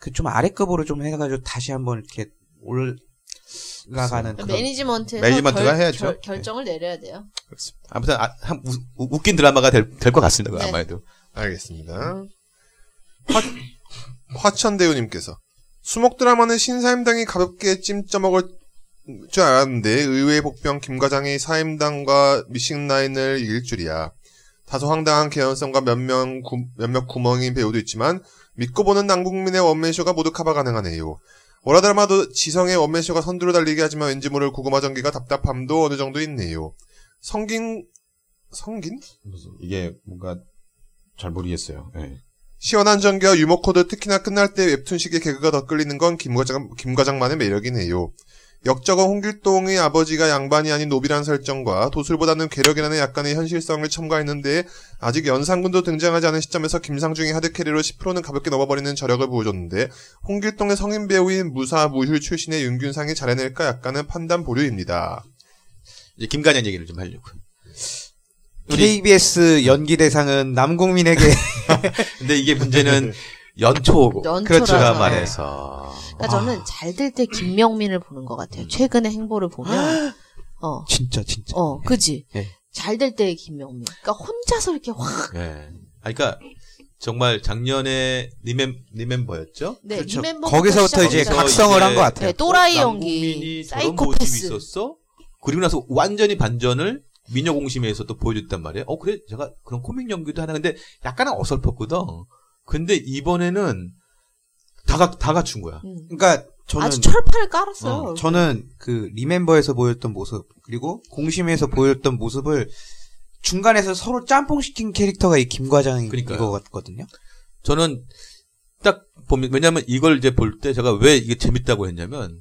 F: 그 좀 아래급으로 좀 해가지고 다시 한번 이렇게 올라가는 그런
A: 매니지먼트에서
E: 매니지먼트가
A: 결,
E: 해야죠. 네.
A: 결, 결정을 내려야 돼요.
E: 그렇습니다. 아무튼 아, 한 우- 우- 웃긴 드라마가 될 것 같습니다. 그거
A: 네.
E: 아마도
D: 알겠습니다.
E: 아.
D: 화, 천대우님께서 수목 드라마는 신사임당이 가볍게 찜쪄먹을 줄 알았는데 의외의 복병 김과장이 사임당과 미싱라인을 이길 줄이야. 다소 황당한 개연성과 몇명 구, 몇몇 구멍인 배우도 있지만 믿고 보는 남국민의 원맨쇼가 모두 커버 가능하네요. 월화 드라마도 지성의 원맨쇼가 선두로 달리게 하지만 왠지 모를 고구마 전기가 답답함도 어느 정도 있네요. 성긴 성긴?
E: 이게 뭔가 잘 모르겠어요. 예.
D: 시원한 전기와 유머 코드 특히나 끝날 때 웹툰식의 개그가 더 끌리는 건 김과장, 김과장만의 매력이네요. 역적은 홍길동의 아버지가 양반이 아닌 노비라는 설정과 도술보다는 괴력이라는 약간의 현실성을 첨가했는데 아직 연산군도 등장하지 않은 시점에서 김상중이 하드캐리로 10%는 가볍게 넘어버리는 저력을 보여줬는데 홍길동의 성인 배우인 무사 무휴 출신의 윤균상이 잘해낼까 약간은 판단 보류입니다.
E: 이제 김가장 얘기를 좀 하려고. 우리
F: KBS 연기 대상은 남국민에게
E: 근데 이게 문제는 연초고 그렇죠,
A: 연초라서. 네.
E: 그렇지가 말해서
A: 그러니까 저는
E: 아.
A: 잘 될 때 김명민을 보는 것 같아요. 최근의 행보를
E: 아.
A: 보면 어,
F: 진짜
E: 네.
F: 진짜
A: 어, 그지.
F: 예.
A: 잘 될 때 김명민. 그러니까 혼자서 이렇게 확
E: 예. 아, 그러니까 정말 작년에 리멤 리멤버였죠?
A: 네,
F: 그렇죠.
A: 이 멤버부터
F: 거기서부터 이제
A: 시작해서
E: 거기서
F: 각성을
E: 이제
F: 한 것 같아요.
A: 네, 또라이
E: 남궁민이
A: 연기,
E: 어, 저런 모습이
A: 사이코패스.
E: 있었어. 그리고 나서 완전히 반전을 미녀 공심에서 또 보여줬단 말이에요. 어 그래 제가 그런 코믹 연기도 하나 근데 약간은 어설펐거든. 근데 이번에는 다가 다 갖춘 거야.
A: 음.
F: 그러니까 저는
A: 아주 철판을 깔았어요. 네.
E: 어,
A: 얼굴.
F: 저는 그 리멤버에서 보였던 모습 그리고 공심에서 보였던 모습을 중간에서 서로 짬뽕 시킨 캐릭터가 이 김과장인
E: 그러니까요.
F: 것 같거든요.
E: 저는 딱 보면 왜냐하면 이걸 이제 볼 때 제가 왜 이게 재밌다고 했냐면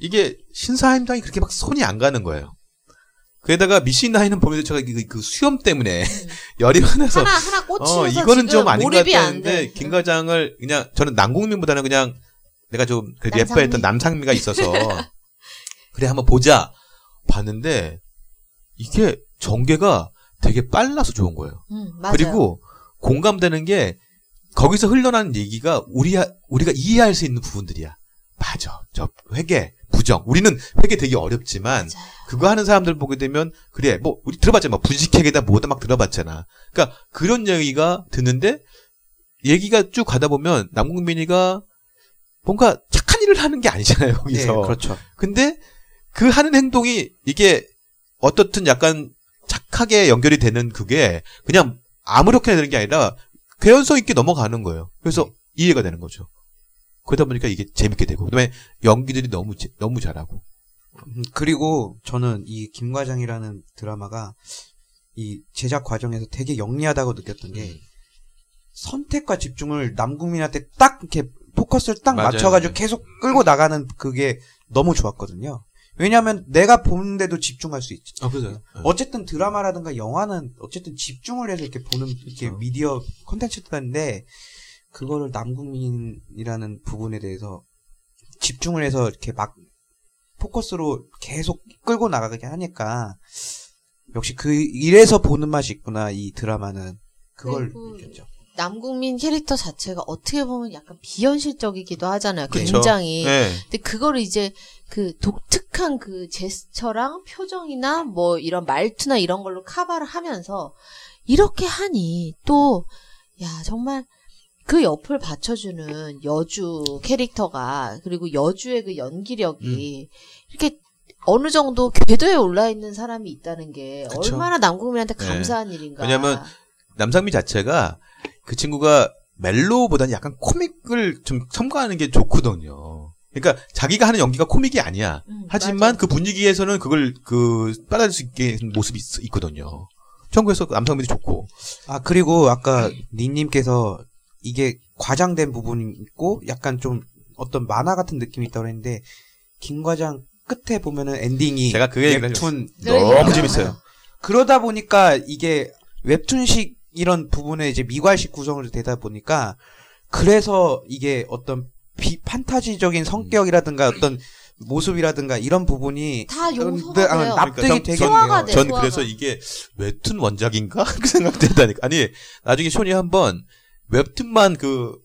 E: 이게 신사임당이 그렇게 막 손이 안 가는 거예요. 게다가 미신나이는 보면서 제가 그, 그 수염 때문에 열이 많아서
A: 음. 하나 하나 꽂히면서
E: 어, 이거는
A: 지금
E: 좀 아닌 것
A: 몰입이 안
E: 같았는데
A: 돼.
E: 김 과장을 그냥 저는 난국민보다는 그냥 내가 좀 그래도
A: 남상미?
E: 예뻐했던 남상미가 있어서 그래 한번 보자 봤는데 이게 전개가 되게 빨라서 좋은 거예요.
A: 음, 맞아요.
E: 그리고 공감되는 게 거기서 흘러나는 얘기가 우리 우리가 이해할 수 있는 부분들이야. 맞아. 저 회계 부정. 우리는 회계 되게 어렵지만
A: 맞아요.
E: 그거 하는 사람들 보게 되면 그래 뭐 우리 들어봤잖아. 뭐 분식회계다 뭐다 막 들어봤잖아. 그러니까 그런 얘기가 듣는데 얘기가 쭉 가다 보면 남궁민이가 뭔가 착한 일을 하는 게 아니잖아요.
F: 네,
E: 거기서.
F: 그렇죠.
E: 근데 그 하는 행동이 이게 어떻든 약간 착하게 연결이 되는 그게 그냥 아무렇게나 되는 게 아니라 개연성 있게 넘어가는 거예요. 그래서
F: 네.
E: 이해가 되는 거죠. 그러다 보니까 이게 재밌게 되고 그다음에 연기들이 너무 제- 너무 잘하고
F: 음, 그리고 저는 이 김과장이라는 드라마가 이 제작 과정에서 되게 영리하다고 느꼈던
E: 음.
F: 게 선택과 집중을 남국민한테 딱 이렇게 포커스를 딱
E: 맞아요.
F: 맞춰가지고 계속 끌고 나가는 그게 너무 좋았거든요. 왜냐하면 내가 보는데도 집중할 수 있지.
E: 아 그죠.
F: 어쨌든 드라마라든가 영화는 어쨌든 집중을 해서 이렇게 보는 이렇게 미디어 컨텐츠들인데 그거를 남국민이라는 부분에 대해서 집중을 해서 이렇게 막 포커스로 계속 끌고 나가게 하니까 역시 그 이래서 보는 맛이 있구나 이 드라마는 그걸
A: 그리고
F: 느꼈죠.
A: 남국민 캐릭터 자체가 어떻게 보면 약간 비현실적이기도 하잖아요.
E: 그쵸.
A: 굉장히.
E: 네.
A: 근데 그걸 이제 그 독특한 그 제스처랑 표정이나 뭐 이런 말투나 이런 걸로 카바를 하면서 이렇게 하니 또, 야, 정말 그 옆을 받쳐주는 여주 캐릭터가 그리고 여주의 그
E: 음.
A: 연기력이 이렇게 어느 정도 궤도에 올라 있는 사람이 있다는 게
E: 그쵸.
A: 얼마나 남국민한테
E: 네.
A: 감사한 일인가.
E: 왜냐면 남상미 자체가 그 친구가 멜로보다는 약간 코믹을 좀 첨가하는 게 좋거든요. 그러니까 자기가 하는 연기가 코믹이 아니야.
A: 음,
E: 하지만
A: 맞아.
E: 그 분위기에서는 그걸 그 따라할 수 있게 하는 모습이 있, 거든요 청구에서 남성분이 좋고
F: 아 그리고 아까 니님께서 이게 과장된 부분이 있고 약간 좀 어떤 만화 같은 느낌이 있다고 했는데 김과장 끝에 보면은 엔딩이
E: 제가 그 얘기를
F: 웹툰
A: 그러니까
E: 너무 재밌어요.
F: 그러다 보니까 이게 웹툰식 이런 부분에 이제 미괄식 구성으로 되다 보니까 그래서 이게 어떤 비, 판타지적인 성격이라든가 어떤 모습이라든가 이런 부분이
A: 다
F: 근데,
A: 용서가
F: 아,
A: 돼요.
F: 납득이
E: 그러니까
F: 되게
E: 전-
A: 소화가
F: 돼요.
A: 네,
E: 전
A: 소화가.
E: 그래서 이게 웹툰 원작인가 그 생각되다니까. 아니 나중에 쇼니 한번 웹툰만 그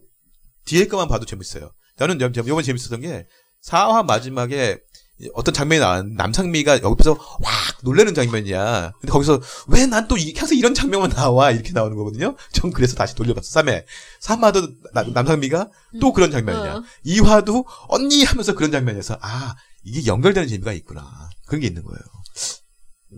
E: 뒤에 것만 봐도 재밌어요. 저는 요- 요- 요번에 재밌었던 게 4화 마지막에 어떤 장면이 나 남상미가 옆에서 확 놀라는 장면이야. 근데 거기서 왜 난 또 계속 이런 장면만 나와 이렇게 나오는 거거든요. 전 그래서 다시 돌려봤어. 3회 3화도 남상미가 또 그런 장면이야.
A: 어.
F: 음.
E: 2화도 언니 하면서 그런 장면에서 아 이게 연결되는 재미가 있구나 그런 게 있는 거예요.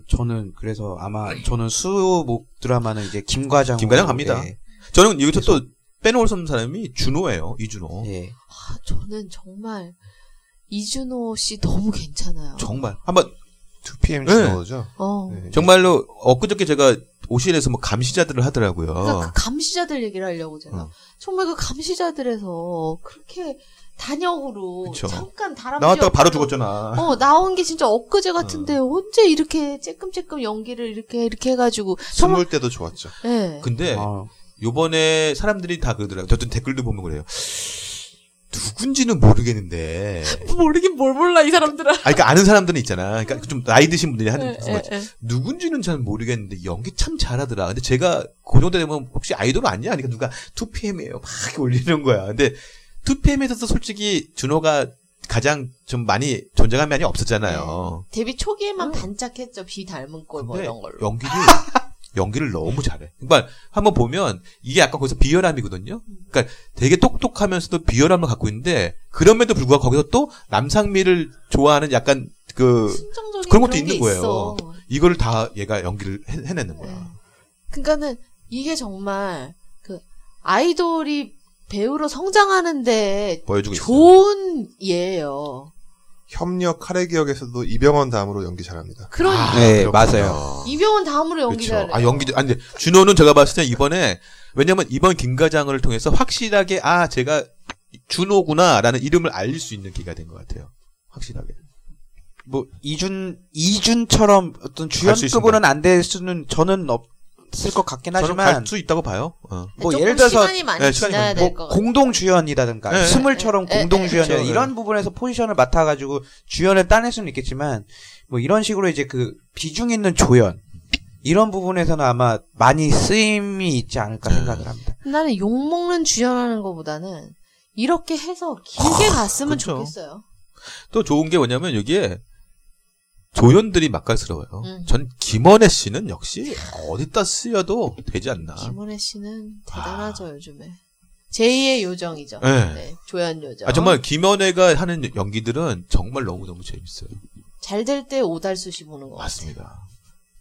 F: 저는 그래서 아마 저는 수목 드라마는 이제 김과장
E: 김과장 갑니다.
F: 예,
E: 저는 여기서 또 빼놓을 수 없는 사람이 준호예요. 이준호.
F: 예.
A: 아, 저는 정말 이준호 씨 너무 괜찮아요.
E: 정말 한번
D: 2PM
E: 네.
D: 주나오죠 네.
A: 어.
E: 정말로 엊그저께 제가 오신에서 뭐 감시자들을 하더라고요.
A: 그러니까 그 감시자들 얘기를 하려고 제가
E: 아. 어.
A: 정말 그 감시자들에서 그렇게 단역으로
E: 그쵸.
A: 잠깐 다람쥐
E: 나왔다가 어. 바로
A: 역할로-
E: 죽었잖아.
A: 어 나온 게 진짜 엊그제 같은데 언제 이렇게 쬐끔쬐끔 연기를 이렇게 이렇게 해가지고 정말
D: 숨을 때도 좋았죠.
A: 예
E: 근데
F: 어,
E: 요번에 사람들이 다 그러더라고요. 저도 댓글도 보면 그래요. 누군지는 모르겠는데.
A: 모르긴 뭘 몰라 이 사람들아
E: 아, 그러니까 아는 사람들은 있잖아. 그러니까 좀 나이 드신 분들이 하는
A: 예, 예,
E: 거지.
A: 예.
E: 누군지는 잘 모르겠는데 연기 참 잘하더라. 근데 제가 그 정도 되면 혹시 아이돌 아니야? 그러니까 누가 2PM이에요. 막 이렇게 올리는 거야. 근데 2PM에서도 솔직히 준호가 가장 좀 많이 존재감이 많이 없었잖아요.
A: 데뷔 초기에만 반짝했죠 비 닮은 꼴 뭐
E: 어. 근데
A: 이런 걸로
E: 연기를 연기를 너무 잘해. 그러니까 한번 보면 이게 약간 거기서 비열함이거든요. 그러니까 되게 똑똑하면서도 비열함을 갖고 있는데 그럼에도 불구하고 거기서 또 남상미를 좋아하는 약간 그
A: 순정적인
E: 그런 것도
A: 게
E: 있는 거예요.
A: 있어.
E: 이거를 다 얘가 연기를 해, 내는
A: 네.
E: 거야.
A: 그러니까는 이게 정말 그 아이돌이 배우로 성장하는데
E: 보여주고 있어.
A: 좋은 예예요.
D: 협력 카레 기억에서도 이병헌 다음으로 연기 잘합니다.
A: 그런
E: 아,
F: 네,
E: 그렇구나.
F: 맞아요.
A: 그러니까 이병헌 다음으로 연기
E: 그렇죠.
A: 잘해.
E: 아 연기 아니 근데 준호는 제가 봤을 때 이번에 왜냐면 이번 김과장을 통해서 확실하게 아 제가 준호구나라는 이름을 알릴 수 있는 기가 된 것 같아요. 확실하게.
F: 뭐 이준 이준처럼 어떤
E: 수
F: 주연급으로는 안 될 수는 저는 없을 것 같긴
E: 저는
F: 하지만
E: 갈수 있다고 봐요. 어.
F: 뭐
A: 조금
F: 예를 들어서
A: 시간이 많이
E: 네, 시간이
A: 지나야
E: 많이-
A: 될
F: 뭐
A: 것 같아요.
F: 공동 주연이라든가
E: 네.
F: 스물처럼
A: 네.
F: 공동 주연
E: 그렇죠.
F: 이런 부분에서 포지션을 맡아가지고 주연을 따낼 수는 있겠지만 뭐 이런 식으로 이제 그 비중 있는 조연 이런 부분에서는 아마 많이 쓰임이 있지 않을까
E: 네.
F: 생각을 합니다.
A: 나는 욕 먹는 주연하는 것보다는 이렇게 해서 길게 갔으면
E: 아, 그쵸.
A: 좋겠어요.
E: 또 좋은 게 뭐냐면 여기에 조연들이 맛깔스러워요.
A: 음.
E: 전 김원혜 씨는 역시 어디다 쓰여도 되지 않나.
A: 김은혜 씨는 대단하죠 요즘에. 제2의 요정이죠.
E: 아. 네.
A: 조연 요정.
E: 아 정말 김원혜가 하는 연기들은 정말 너무 너무 재밌어요.
A: 잘 될 때 오달수 씨 보는 것 같아요.
E: 맞습니다.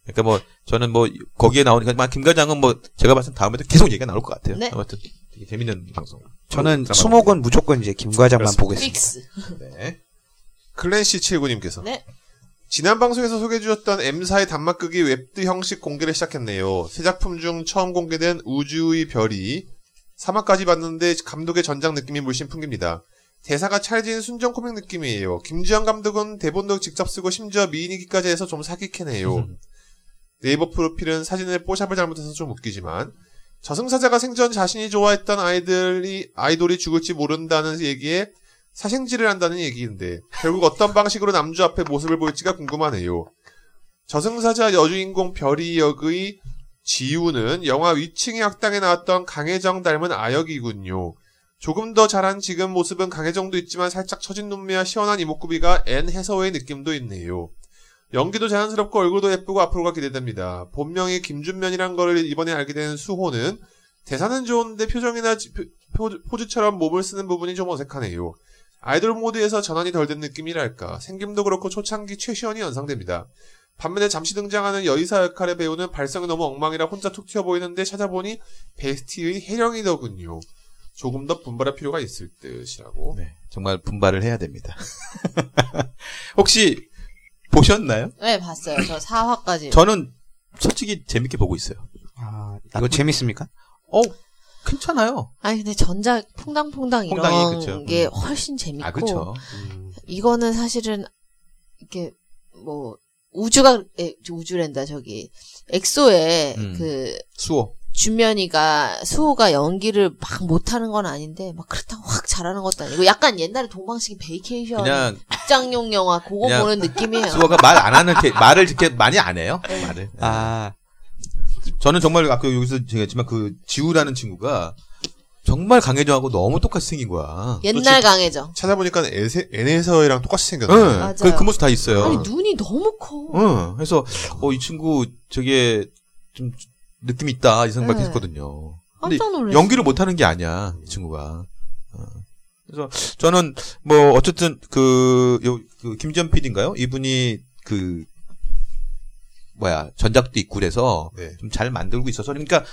E: 그러니까 뭐 저는 뭐 거기에 나오니까 막 김과장은 뭐 제가 봤을 때 다음에도 계속 얘기가 나올 것 같아요.
A: 네.
E: 아무튼 되게 재밌는 방송.
F: 저는
E: 드라마
F: 수목은 무조건 이제 김과장만
E: 그렇습니다.
F: 보겠습니다.
A: 픽스.
E: 네.
D: 클랜시 79님께서
A: 네.
D: 지난 방송에서 소개해 주셨던 M사의 단막극이 웹드 형식 공개를 시작했네요. 새 작품 중 처음 공개된 우주의 별이 3화까지 봤는데 감독의 전작 느낌이 물씬 풍깁니다. 대사가 찰진 순정 코믹 느낌이에요. 김지현 감독은 대본도 직접 쓰고 심지어 미인이기까지 해서 좀 사기캐네요. 네이버 프로필은 사진의 뽀샵을 잘못해서 좀 웃기지만 저승사자가 생전 자신이 좋아했던 아이들이 아이돌이 죽을지 모른다는 얘기에 사생질을 한다는 얘기인데 결국 어떤 방식으로 남주 앞에 모습을 보일지가 궁금하네요. 저승사자 여주인공 별이 역의 지우는 영화 위층의 악당에 나왔던 강혜정 닮은 아역이군요. 조금 더 잘한 지금 모습은 강혜정도 있지만 살짝 처진 눈매와 시원한 이목구비가 앤 해서웨이 느낌도 있네요. 연기도 자연스럽고 얼굴도 예쁘고 앞으로가 기대됩니다. 본명이 김준면이란 거를 이번에 알게 된 수호는 대사는 좋은데 표정이나 지- 표- 포즈처럼 몸을 쓰는 부분이 좀 어색하네요. 아이돌 모드에서 전환이 덜 된 느낌이랄까. 생김도 그렇고 초창기 최시원이 연상됩니다. 반면에 잠시 등장하는 여의사 역할의 배우는 발성이 너무 엉망이라 혼자 툭 튀어 보이는데 찾아보니 베스티의 혜령이더군요. 조금 더 분발할 필요가 있을 듯이라고.
E: 네. 정말 분발을 해야 됩니다. 혹시 보셨나요?
A: 네, 봤어요. 저 4화까지.
E: 저는 솔직히 재밌게 보고 있어요.
F: 아, 이거 재밌습니까?
E: 어 괜찮아요.
A: 아니, 근데 전작 퐁당퐁당 이런
E: 퐁당이 그쵸.
A: 게
E: 음.
A: 훨씬 재밌고.
E: 아 그렇죠.
A: 음. 이거는 사실은, 이렇게, 뭐, 우주가, 에, 우주랜다, 저기. 엑소의
E: 음.
A: 그,
E: 수호.
A: 준면이가, 수호가 연기를 막 못하는 건 아닌데, 막 그렇다고 확 잘하는 것도 아니고 약간 옛날에 동방식인 베이케이션
E: 그냥
A: 극장용 영화 그거
E: 그냥
A: 보는 느낌이에요.
E: 수호가 말 안 하는 캐, 말을 이렇게 많이 안 해요.
A: 네.
E: 말을.
F: 아,
E: 저는 정말 아까 여기서 얘기했지만 그 지우라는 친구가 정말 강혜정하고 너무 똑같이 생긴 거야.
A: 옛날 강해져.
D: 찾아보니까 에세, NS어이랑 똑같이 생겼네.
E: 응. 그,
A: 맞아요.
E: 그 모습 다 있어요.
A: 아니 눈이 너무 커.
E: 응. 그래서 어 이 친구 저게 좀 느낌 있다 이 생각
A: 네.
E: 했거든요. 근데
A: 깜짝 놀랐어.
E: 연기를 못하는 게 아니야 이 친구가. 어. 그래서 저는 뭐 어쨌든 그, 요, 그 김지현 PD인가요? 이분이 그 뭐야 전작도 있고 그래서
D: 네.
E: 좀 잘 만들고 있어서 그러니까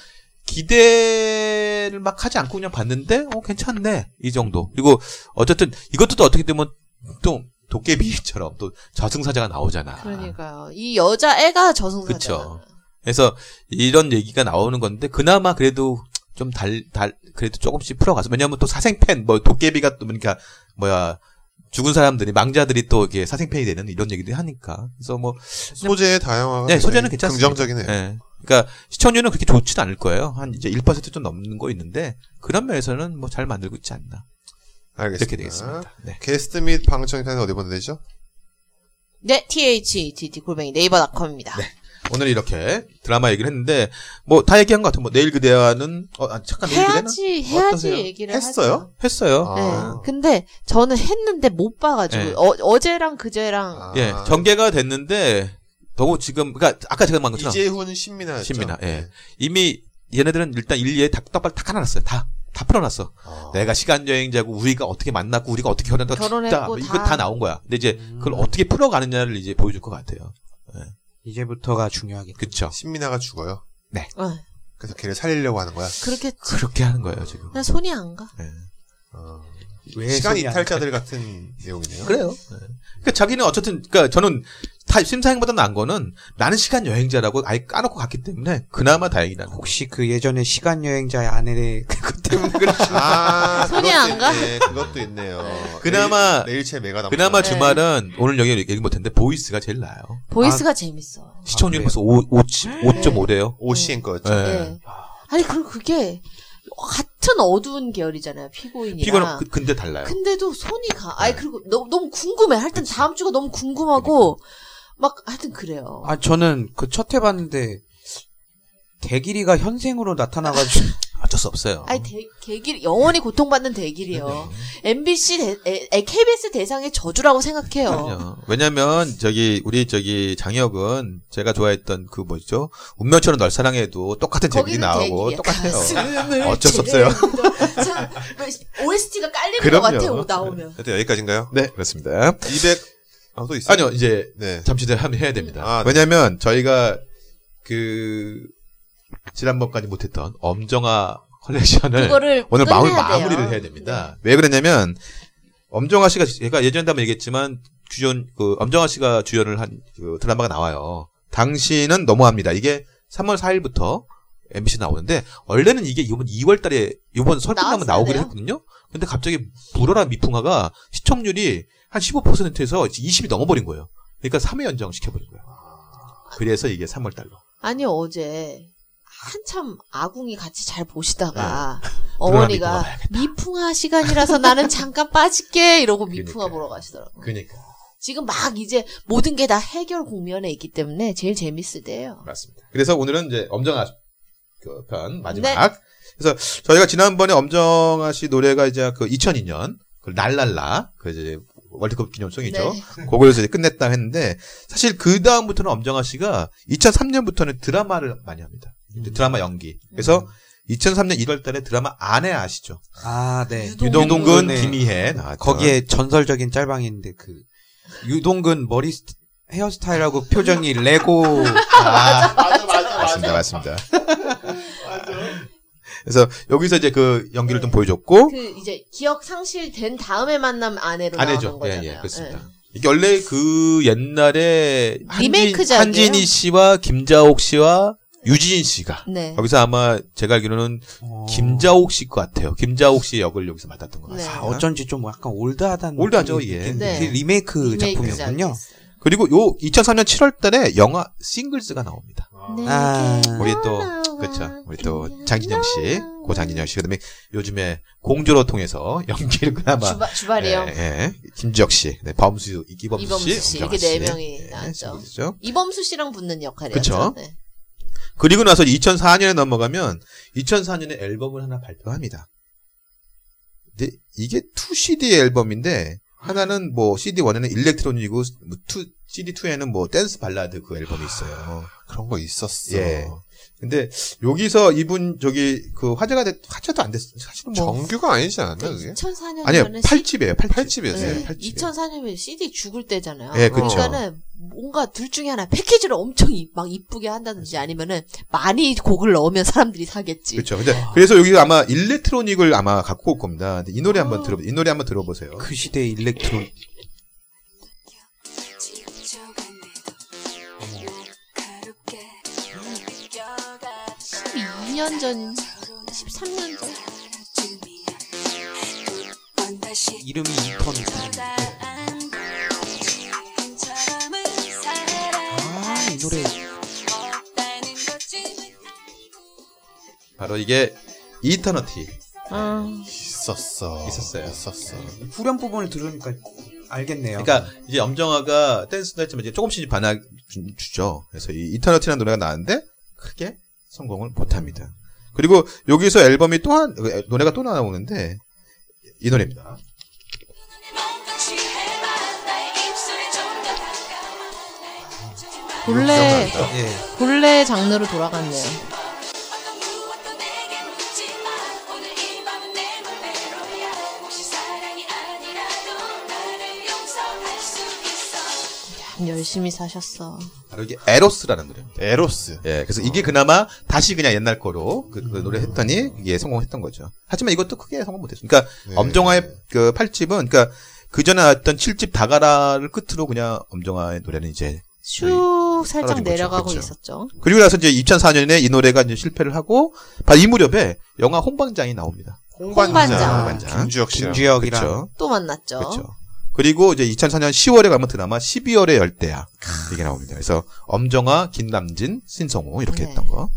E: 기대를 막 하지 않고 그냥 봤는데 어 괜찮네 이 정도 그리고 어쨌든 이것도 또 어떻게 되면 또 도깨비처럼 또 저승사자가 나오잖아
A: 그러니까요. 이 여자 애가 저승사자.
E: 그쵸. 그래서 이런 얘기가 나오는 건데 그나마 그래도 좀 달 달 그래도 조금씩 풀어가서 왜냐하면 또 사생팬 뭐 도깨비가 또 그러니까 뭐야 죽은 사람들이 망자들이 또 이렇게 사생팬이 되는 이런 얘기도 하니까 그래서 뭐
D: 소재의 다양화가
E: 네, 소재는 괜찮습니다.
D: 긍정적이네요.
E: 예. 그러니까 시청률은 그렇게 좋진 않을 거예요. 한 이제 1%좀 넘는 거 있는데 그런 면에서는 뭐 잘 만들고 있지 않나
D: 알겠습니다.
E: 이렇게 되겠습니다. 네.
D: 게스트 및 방청자는 어디 보내야 되죠?
A: 네, THETT 골뱅이 네이버닷컴입니다.
E: 오늘 이렇게 드라마 얘기를 했는데 뭐 다 얘기한 것 같아요. 뭐 내일 그대와는 어 아, 잠깐 내일 그대는
A: 해야지, 해야지
E: 어떠세요?
A: 얘기를
D: 했어요?
A: 하죠.
E: 했어요.
A: 네.
D: 아.
A: 근데 저는 했는데 못 봐가지고
E: 네.
A: 어, 어제랑 그제랑
D: 아,
E: 예, 전개가 됐는데 너무 지금 그러니까 아까 제가 말한 것처럼
D: 이재훈 신민아였죠. 네.
E: 신민아, 예. 이미 얘네들은 일단 1, 2에 답답할 다 깔아놨어요. 다. 다 풀어놨어.
D: 아.
E: 내가 시간 여행자고 우리가 어떻게 만났고 우리가 어떻게 결혼했다
A: 결혼했고
E: 뭐 이거
A: 다. 음.
E: 다 나온 거야. 근데 이제 그걸 어떻게 풀어가느냐를 이제 보여줄 것 같아요.
F: 이제부터가 중요하겠.
E: 그쵸?
D: 신민아가 죽어요.
A: 어,
D: 그래서 걔를 살리려고 하는 거야.
A: 그렇겠지.
E: 그렇게 하는 거예요 지금.
A: 나 손이 안 가.
E: 예.
D: 어.
F: 왜
D: 시간
F: 손이 안
D: 이탈자들 같은 내용이네요.
E: 그래요. 예. 그러니까 자기는 어쨌든 그러니까 저는 다 심사행보다 나은 거는 나는 시간 여행자라고 아예 까놓고 갔기 때문에 그나마 다행이라는 거.
F: 혹시 그 예전에 시간 여행자의 아내를 그것 때문에
D: 아,
A: 손이
D: 그것도
A: 안 가?
D: 있네. 그것도 있네요.
E: 그나마-
D: 레일, 레일체 메가 남.
E: 그나마
A: 네.
E: 주말은 오늘 여기 얘기 못했는데 보이스가 제일 나아요.
A: 보이스가 재밌어.
E: 시청률
F: 그래요?
E: 벌써 5, 5.5대요.
D: 오시엔 거였죠.
E: 예.
A: 예. 아니 그리고 그게 같은 어두운 계열이잖아요 피고인이랑. 네.
E: 피곤한 그- 근데 달라요.
A: 근데도 손이 가. 아니 그리고 너, 너무 궁금해. 하여튼 다음 주가 너무 궁금하고 막 하여튼 그래요.
F: 아 저는 그 첫 해봤는데 대길이가 현생으로 나타나가지고
E: 어쩔 수 없어요.
A: 아니 대, 대길 영원히 고통받는 대길이요.
E: 네.
A: MBC 대, 에, 에, KBS 대상의 저주라고 생각해요.
E: 그럼요. 왜냐면 저기 우리 저기 장혁은 제가 좋아했던 그 뭐죠? 운명처럼 널 사랑해도 똑같은 제목이 나오고 똑같아요. 어쩔 수 없어요.
A: OST가 그 깔리는 것
E: 그럼요.
A: 같아요 나오면.
D: 하여튼 여기까지인가요?
E: 네, 그렇습니다.
D: 200. 아, 또 있어요?
E: 아니요, 이제
D: 네.
E: 잠시 뒤에 하면 해야 됩니다.
D: 아, 네.
E: 왜냐면 저희가 그 지난번까지 못했던 엄정화 컬렉션을
A: 그거를
E: 네. 오늘 마무리,
A: 끝내야 돼요.
E: 마무리를 해야 됩니다. 왜 그랬냐면 엄정화 씨가 제가 예전에 한번 얘기했지만 주연 그 엄정화 씨가 주연을 한그 드라마가 나와요. 당신은 너무합니다. 이게 3월 4일부터 MBC 나오는데 원래는 이게 이번 2월 달에 이번 설끝나면
A: 나왔어야
E: 나오기로
A: 돼요?
E: 했거든요. 근데 갑자기 불어라 미풍화가 시청률이 한 15%에서 20이 넘어버린 거예요. 그러니까 3회 연장시켜버린 거예요. 그래서 이게 3월 달로.
A: 아니 어제 한참 아궁이 같이 잘 보시다가
E: 네. 드라마
A: 어머니가 미풍아 시간이라서 나는 잠깐 빠질게 이러고 미풍아 보러 가시더라고. 요
E: 그러니까
A: 지금 막 이제 모든 게 다 해결 국면에 있기 때문에 제일 재밌을 때예요.
E: 맞습니다. 그래서 오늘은 이제 엄정아 그 편
F: 네.
E: 마지막. 그래서 저희가 지난번에 엄정아 씨 노래가 이제 그 2002년 그 날랄라 그 이제 월드컵 기념송이죠.
A: 네.
E: 그거에서 이제 끝냈다 했는데 사실 그 다음부터는 엄정아 씨가 2003년부터는 드라마를 많이 합니다.
F: 음.
E: 드라마 연기. 그래서 2003년 1월달에 드라마 아내 아시죠?
F: 아네
A: 유동근,
E: 유동근,
F: 네.
E: 김희애 나왔죠.
F: 거기에 전설적인 짤방이 있는데 그 유동근 머리 스타- 헤어스타일하고 표정이 레고
E: 아, 맞습니다, 맞습니다. 그래서 여기서 이제 그 연기를 좀 보여줬고
A: 그 이제 기억 상실된 다음에 만남 아내로
E: 안
A: 나오는
E: 해줘. 예,
A: 거잖아요.
E: 예, 그렇습니다.
A: 예.
E: 이게 원래 그 옛날에 한진,
A: 리메이크작이에요.
E: 한진희 씨와 김자옥 씨와 유진 씨가
A: 네.
E: 여기서 아마 제가 알기로는
F: 어,
E: 김자옥 씨것 같아요. 김자옥 씨 역을 여기서 맡았던 것 같아요.
A: 네.
F: 아, 어쩐지 좀 약간 올드하다는
E: 올드하죠,
F: 느낌이
E: 이게.
F: 있긴
A: 네.
F: 그 리메이크
A: 리메이크작이
F: 작품이었군요.
A: 있어요.
E: 그리고 요 2003년 7월달에 영화 싱글스가 나옵니다.
A: 내게
F: 아,
E: 거기에 또
A: 돌아와.
E: 그렇죠. 우리 또 장진영 씨, 고 장진영 씨, 그다음에 요즘에 공조로 통해서 연기를 그나마
A: 주바, 주발이요.
E: 예, 예. 김지혁 씨, 네, 범수 이기범수,
A: 이범수 씨,
E: 엄정화
A: 이렇게 네
E: 씨.
A: 명이
E: 예,
A: 나왔죠.
E: 그렇죠.
A: 이범수 씨랑 붙는 역할이었죠.
E: 그쵸?
A: 네.
E: 그리고 나서 2004년에 넘어가면 2004년에 앨범을 하나 발표합니다. 근데 이게 2CD 앨범인데 하나는 뭐 CD1에는 일렉트로닉이고 뭐 투- CD2에는 뭐 댄스 발라드 그 앨범이 있어요.
D: 아, 그런 거 있었어.
E: 예. 근데 여기서 이분 저기 그 화제가 됐 화제도 안 됐어. 사실은 뭐
D: 정규가 아니지 않나 그게?
A: 2004년
E: 아니요.
A: 에
E: 8집이에요. 8집.
D: 팔집이었어요.
E: 네.
A: 네.
E: 팔집이에요.
A: 2004년에 CD 죽을 때잖아요.
E: 예,
D: 그쵸.
A: 그러니까는 뭔가 둘 중에 하나 패키지를 엄청 이- 막 이쁘게 한다든지 아니면은 많이 곡을 넣으면 사람들이 사겠지.
E: 그렇죠. 근데 그래서 여기 아마 일렉트로닉을 아마 갖고 올 겁니다. 근데 이 노래 한번
A: 아.
E: 들어 이 노래 한번 들어보세요.
F: 그 시대의 일렉트론
A: 이 2년 전, 13년 전.
F: 이름이 이턴 아이 노래
E: 바로 이게 이터너티.
A: 아,
D: 있었어.
E: 있었어요.
D: 있었어.
F: 후렴 부분을 들으니까 알겠네요.
E: 그러니까
D: 어.
E: 이제 엄정화가 댄스도 했지만 이제 조금씩 반항 주- 주죠. 그래서 이 이터너티라는 노래가 나왔는데 크게 성공을 못합니다. 그리고 여기서 앨범이 또한 그 노래가 또 나오는데 이 노래입니다.
A: 본래,
F: 예.
A: 본래 장르로 돌아갔네요. 참 열심히 사셨어.
E: 바로 아, 이게 에로스라는 노래입니다.
D: 에로스.
E: 예, 그래서 이게 그나마 다시 그냥 옛날 거로 그, 그 노래 했더니 이게 성공했던 거죠. 하지만 이것도 크게 성공 못했어요. 그러니까
D: 네.
E: 엄정화의 그 8집은 그러니까 그 전에 나왔던 7집 다가라를 끝으로 그냥 엄정화의 노래는 이제
A: 쭉 살짝
E: 사라진 거죠.
A: 내려가고
E: 그쵸.
A: 있었죠.
E: 그리고 나서 이제 2004년에 이 노래가 이제 실패를 하고 바로 이 무렵에 영화 홍방장이 나옵니다.
A: 홍반장.
D: 김주혁 씨랑.
F: 김주혁이랑
E: 그렇죠.
A: 또 만났죠.
E: 그렇죠. 그리고 이제 2004년 10월에 가면 드라마 12월의 열대야 이게 나옵니다. 그래서 엄정화, 김남진, 신성우 이렇게
A: 네.
E: 했던 거.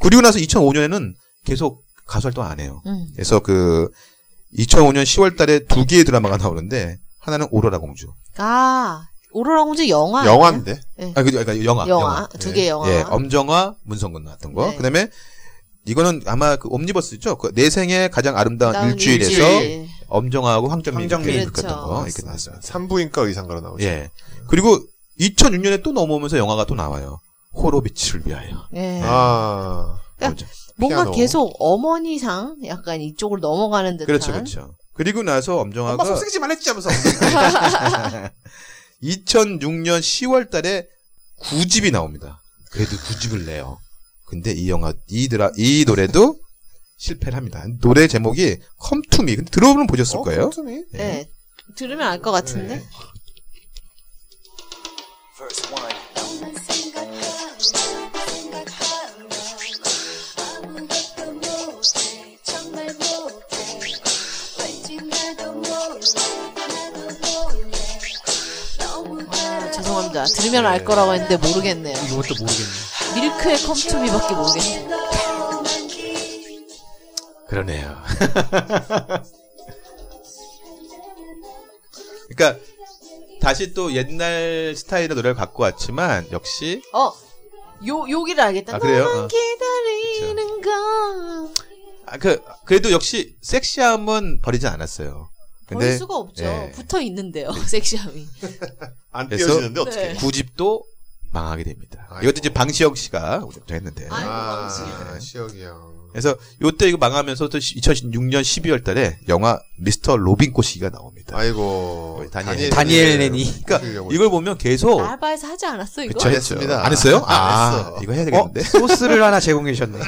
E: 그리고 나서 2005년에는 계속 가수 활동 안 해요.
A: 음.
E: 그래서 그 2005년 10월 달에 두 개의 드라마가 나오는데 하나는 오로라 공주.
A: 아, 오로라 공주 영화. 아니에요?
D: 영화인데.
E: 아, 그, 그러니까 영화.
A: 영화. 두
D: 네.
A: 개 영화.
E: 예, 엄정화, 문성근 나왔던 거.
A: 네.
E: 그다음에 이거는 아마 그 옴니버스죠. 그 내 생의 가장 아름다운
A: 다음
E: 일주일에서
A: 일주일.
E: 엄정화하고 황정민
F: 황정민.
E: 이렇게
A: 그렇죠.
E: 묶었던 거 이렇게 나왔어요.
D: 산부인과 의상가로 나오죠.
E: 예. 그리고 2006년에 또 넘어오면서 영화가 또 나와요. 호로비치를 위하여.
A: 예.
D: 아.
E: 그렇죠.
A: 뭔가
D: 피아노.
A: 계속 어머니상 약간 이쪽으로 넘어가는 듯한.
E: 그렇죠, 그렇죠. 그리고 나서
D: 엄마
E: 엄정화가
D: 속쓰지 말랬지 하면서.
F: 어,
E: 2006년 10월 달에 9집이 나옵니다. 그래도 9집을 내요. 근데 이 영화, 이 드라, 이 노래도 실패를 합니다. 노래 제목이 컴투미. 근데 들어보면 보셨을
D: 어,
E: 거예요.
D: 컴투미?
F: 네.
A: 예. 들으면 알 것 같은데. 아, 죄송합니다. 들으면 알 거라고 했는데 모르겠네요.
F: 이것도 모르겠네.
A: 밀크의 컴투미밖에 모르겠어요.
E: 그러네요. 그러니까 다시 또 옛날 스타일의 노래를 갖고 왔지만 역시
A: 어, 요 요기를 알겠다.
E: 아, 그래요?
A: 너만
E: 어.
A: 기다리는 건
E: 아, 그 그래도 역시 섹시함은 버리지 않았어요.
A: 버릴 수가 없죠.
E: 예.
A: 붙어 있는데요. 섹시함이.
D: 안
E: 그래서-
D: 띄어지는데 어떻게.
A: 네.
E: 구집도 망하게 됩니다.
D: 아이고.
E: 이것도 이제 방시혁 씨가 했는데.
A: 아이고,
D: 아,
A: 방식이네.
D: 시혁이 형.
E: 그래서 요때 이거 망하면서 또 2006년 12월 달에 영화 미스터 로빈 꼬시기가 나옵니다.
D: 아이고. 네.
E: 거의 다니엘.
F: 다니엘 레니.
E: 그러니까 이걸 보면 계속
A: 알바에서 하지 않았어 아, 이거?
E: 그쵸,
D: 안
E: 했어요.
D: 했습니다.
E: 안 했어요?
D: 안
E: 아,
D: 했어. 어?
E: 이거 해야 되겠는데.
F: 어? 소스를 하나 제공해 주셨네.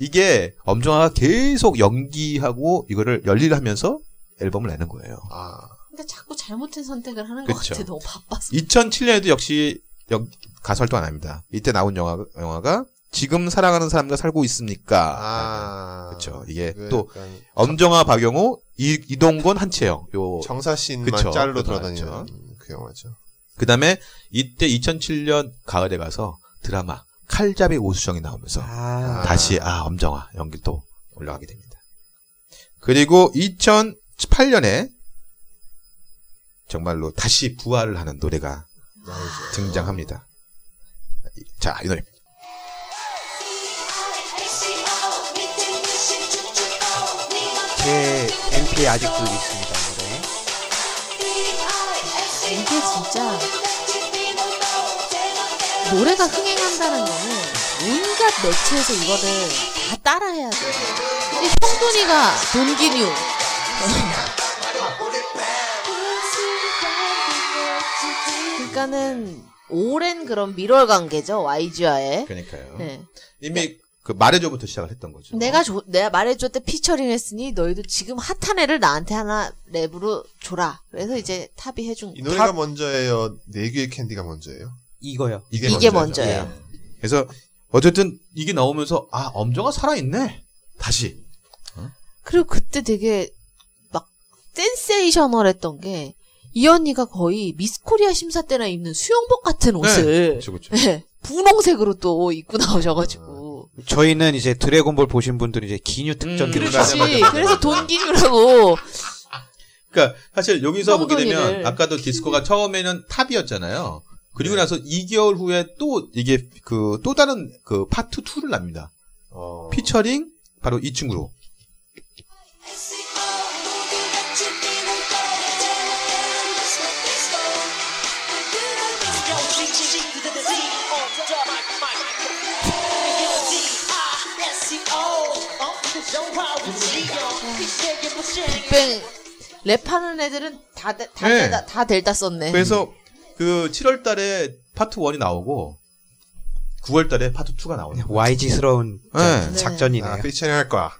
E: 이게 엄정화가 계속 연기하고 이거를 열일하면서 앨범을 내는 거예요.
D: 아.
A: 그러니까 자꾸 잘못된 선택을 하는 것
E: 그쵸.
A: 같아. 너무 바빠서.
E: 2007년에도 역시 연- 가수 활동 안 합니다. 이때 나온 영화, 영화가 지금 사랑하는 사람과 살고 있습니까?
D: 아.
E: 그렇죠. 이게
D: 그
E: 또
D: 약간
E: 엄정화, 박영호, 이, 이동건, 한채영. 요
D: 정사 씬만
E: 뭐 그쵸.
D: 짤로
E: 그거
D: 돌아다니는
E: 맞죠.
D: 그 영화죠.
E: 그다음에 이때 2007년 가을에 가서 드라마 칼잡이 오수정이 나오면서
F: 아,
E: 다시 아 엄정화 연기 또 올라가게 됩니다. 그리고 2008년에 정말로 다시 부활을 하는 노래가 등장합니다. 자, 이 노래.
A: 네?
F: 제 MP 아직도 있습니다. 노래.
A: 아, 이게 진짜 노래가 흥행한다는 거는 온갖 매체에서 이거를 다 따라해야 돼. 이 형돈이가 돈기뉴. 그러니까는 오랜 그런 밀월 관계죠 YG와의.
E: 그러니까요.
A: 네.
E: 이미 그 말해줘부터 시작을 했던 거죠.
A: 내가 조- 내가 말해줬대 피처링 했으니 너희도 지금 핫한 애를 나한테 하나 랩으로 줘라. 그래서 이제 탑이 해준
D: 이 노래가 먼저예요. 네 개의 캔디가 먼저예요.
F: 이거요.
A: 이게
D: 먼저죠.
A: 먼저예요.
E: 그래서 어쨌든 이게 나오면서 아 엄정아 살아있네. 다시
A: 그리고 그때 되게 막 센세이셔널했던 게 이 언니가 거의 미스코리아 심사 때나 입는 수영복 같은
D: 네.
A: 옷을
E: 그렇죠, 그렇죠.
A: 네, 분홍색으로 또 입고 나오셔가지고
F: 저희는 이제 드래곤볼 보신 분들은 이제 기뉴 특전기를
E: 음, 맞아,
A: 그렇지
E: 맞아, 맞아.
A: 그래서 돈기뉴라고
E: 그러니까 사실 여기서 보게
A: 엉덩이를.
E: 되면 아까도 디스코가 처음에는 탑이었잖아요. 그리고 나서 2개월 후에 또 이게 그 또 다른 그 파트 2를 납니다.
D: 어.
E: 피처링 바로 이 친구로.
A: 빅뱅 랩하는 애들은 다 다 다
E: 네.
A: 델다, 다 델다 썼네
E: 그래서 그 7월 달에 파트 1이 나오고 9월 달에 파트 2가 나오네요.
F: YG스러운
E: 네.
F: 작전이네요. 그,
D: 아, 피처링 할 거야.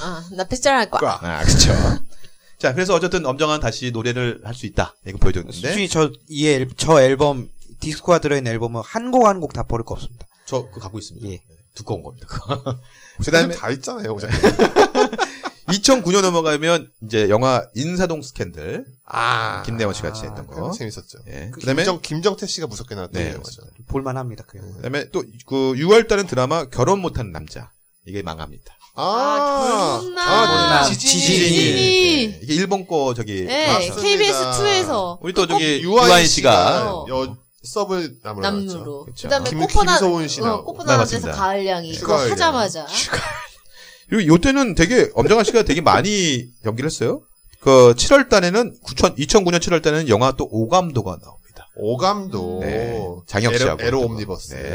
A: 아나 패션 할 거야
E: 아, 그렇죠. 자, 그래서 어쨌든 엄정한 다시 노래를 할 수 있다. 이거 보여줬는데
F: 솔직히 저이 앨, 저 앨범 디스코가 들어있는 앨범은 한 곡 한 곡 다 버릴 거 없습니다.
E: 저 그거 갖고 있습니다.
F: 예.
E: 두꺼운 겁니다. 그거.
D: 그다음에 다 있잖아요. 오장.
E: 2009년 넘어가면 이제 영화 인사동 스캔들
D: 아
E: 김대원 씨가 같이 했던 거.
D: 그거 재밌었죠.
E: 예.
D: 그다음에 김정, 김정태 씨가 무섭게 나왔던
E: 네,
D: 네, 영화죠.
F: 볼만합니다. 그 영화.
E: 그다음에 또 그 6월 달은 드라마 결혼 못한 남자 이게 망합니다.
A: 아, 결혼남.
D: 아,
F: 결혼남.
D: 지진이.
F: 지진이.
A: 지진이.
E: 네. 이게 일본 거 저기
A: 네
D: 그러니까. 맞습니다.
A: KBS 2에서
E: 우리 또 저기
D: 어, 유아인
E: 유아인
D: 씨가
E: 씨가
A: 어.
D: 여 서브 남으로 나왔죠.
A: 남루로
E: 그렇죠.
A: 그다음에
D: 김-
A: 꽃보다
D: 김소은 씨
A: 어,
D: 나오고.
A: 꽃보다 남자에서
E: 맞습니다.
A: 가을양이 그거
D: 가을이요.
A: 하자마자
E: 그리고 요때는 되게 엄정한 씨가 되게 많이 연기를 했어요. 그 7월 달에는 9천 2009년 7월 달에는 영화 또 오감도가 나옵니다.
A: 음.
D: 오감도
E: 네, 장혁 씨하고
D: 에로, 에로
E: 했던 거.
D: 옴니버스.
E: 네.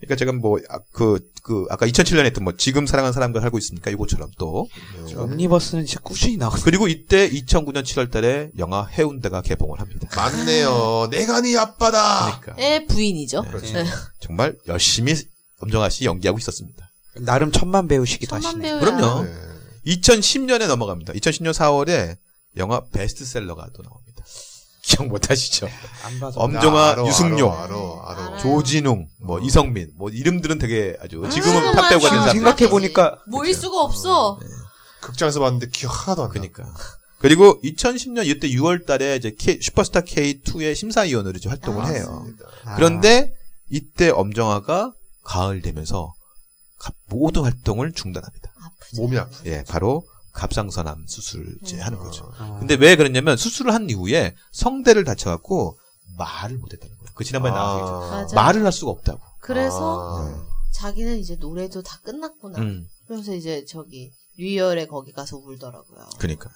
E: 그러니까 제가 뭐 그 그 아까 2007년에 했던 뭐 지금 사랑하는 사람과 살고 있습니까? 이거처럼 또
D: 네.
F: 그렇죠. 옴니버스는 진짜 꾸준히 나오고
E: 그리고 이때 2009년 7월 달에 영화 해운대가 개봉을 합니다.
D: 맞네요. 내가 네 아빠다.
E: 그러니까
A: 의 부인이죠.
D: 네.
E: 그렇죠.
F: 네.
E: 정말 열심히 엄정아 씨 연기하고 있었습니다.
F: 나름 천만 배우시기도
A: 천만
F: 하시네.
A: 배우야.
E: 그럼요.
D: 네.
E: 2010년에 넘어갑니다. 2010년 4월에 영화 베스트셀러가 또 나옵니다. 기억 못 하시죠?
F: 안 봐서
E: 엄- 엄정화,
D: 알어,
E: 유승용.
D: 알어, 알어, 알어.
A: 알아요.
E: 조진웅,
D: 어.
E: 뭐 이성민, 뭐 이름들은 되게 아주 지금은 탑 배우가 된
F: 지금
E: 사람.
F: 생각해 보니까
A: 모일 수가 없어.
D: 극장에서 봤는데 기억 하나도 안 나.
E: 그러니까. 그리고 2010년 이때 6월 달에 이제 K- 슈퍼스타 K2의 심사위원으로 이제 활동을 해요.
D: 아, 맞습니다.
E: 아.
A: 아.
E: 그런데 이때 엄정화가 가을 되면서 갑- 모든 활동을 중단합니다.
D: 몸이 아프.
E: 예, 바로 갑상선암 수술을 이제
A: 음.
E: 하는 거죠.
D: 어.
F: 아,
E: 근데 왜 그랬냐면 수술을 한 이후에 성대를 다쳐갖고 말을 못했다는 거예요. 그 지난번에 나왔던 얘기죠.
A: 맞아.
E: 말을 할 수가 없다고.
A: 그래서
D: 아.
A: 자기는 이제 노래도 다 끝났구나.
E: 음,
A: 그래서 이제 저기 유열에 거기 가서 울더라고요.
E: 그러니까.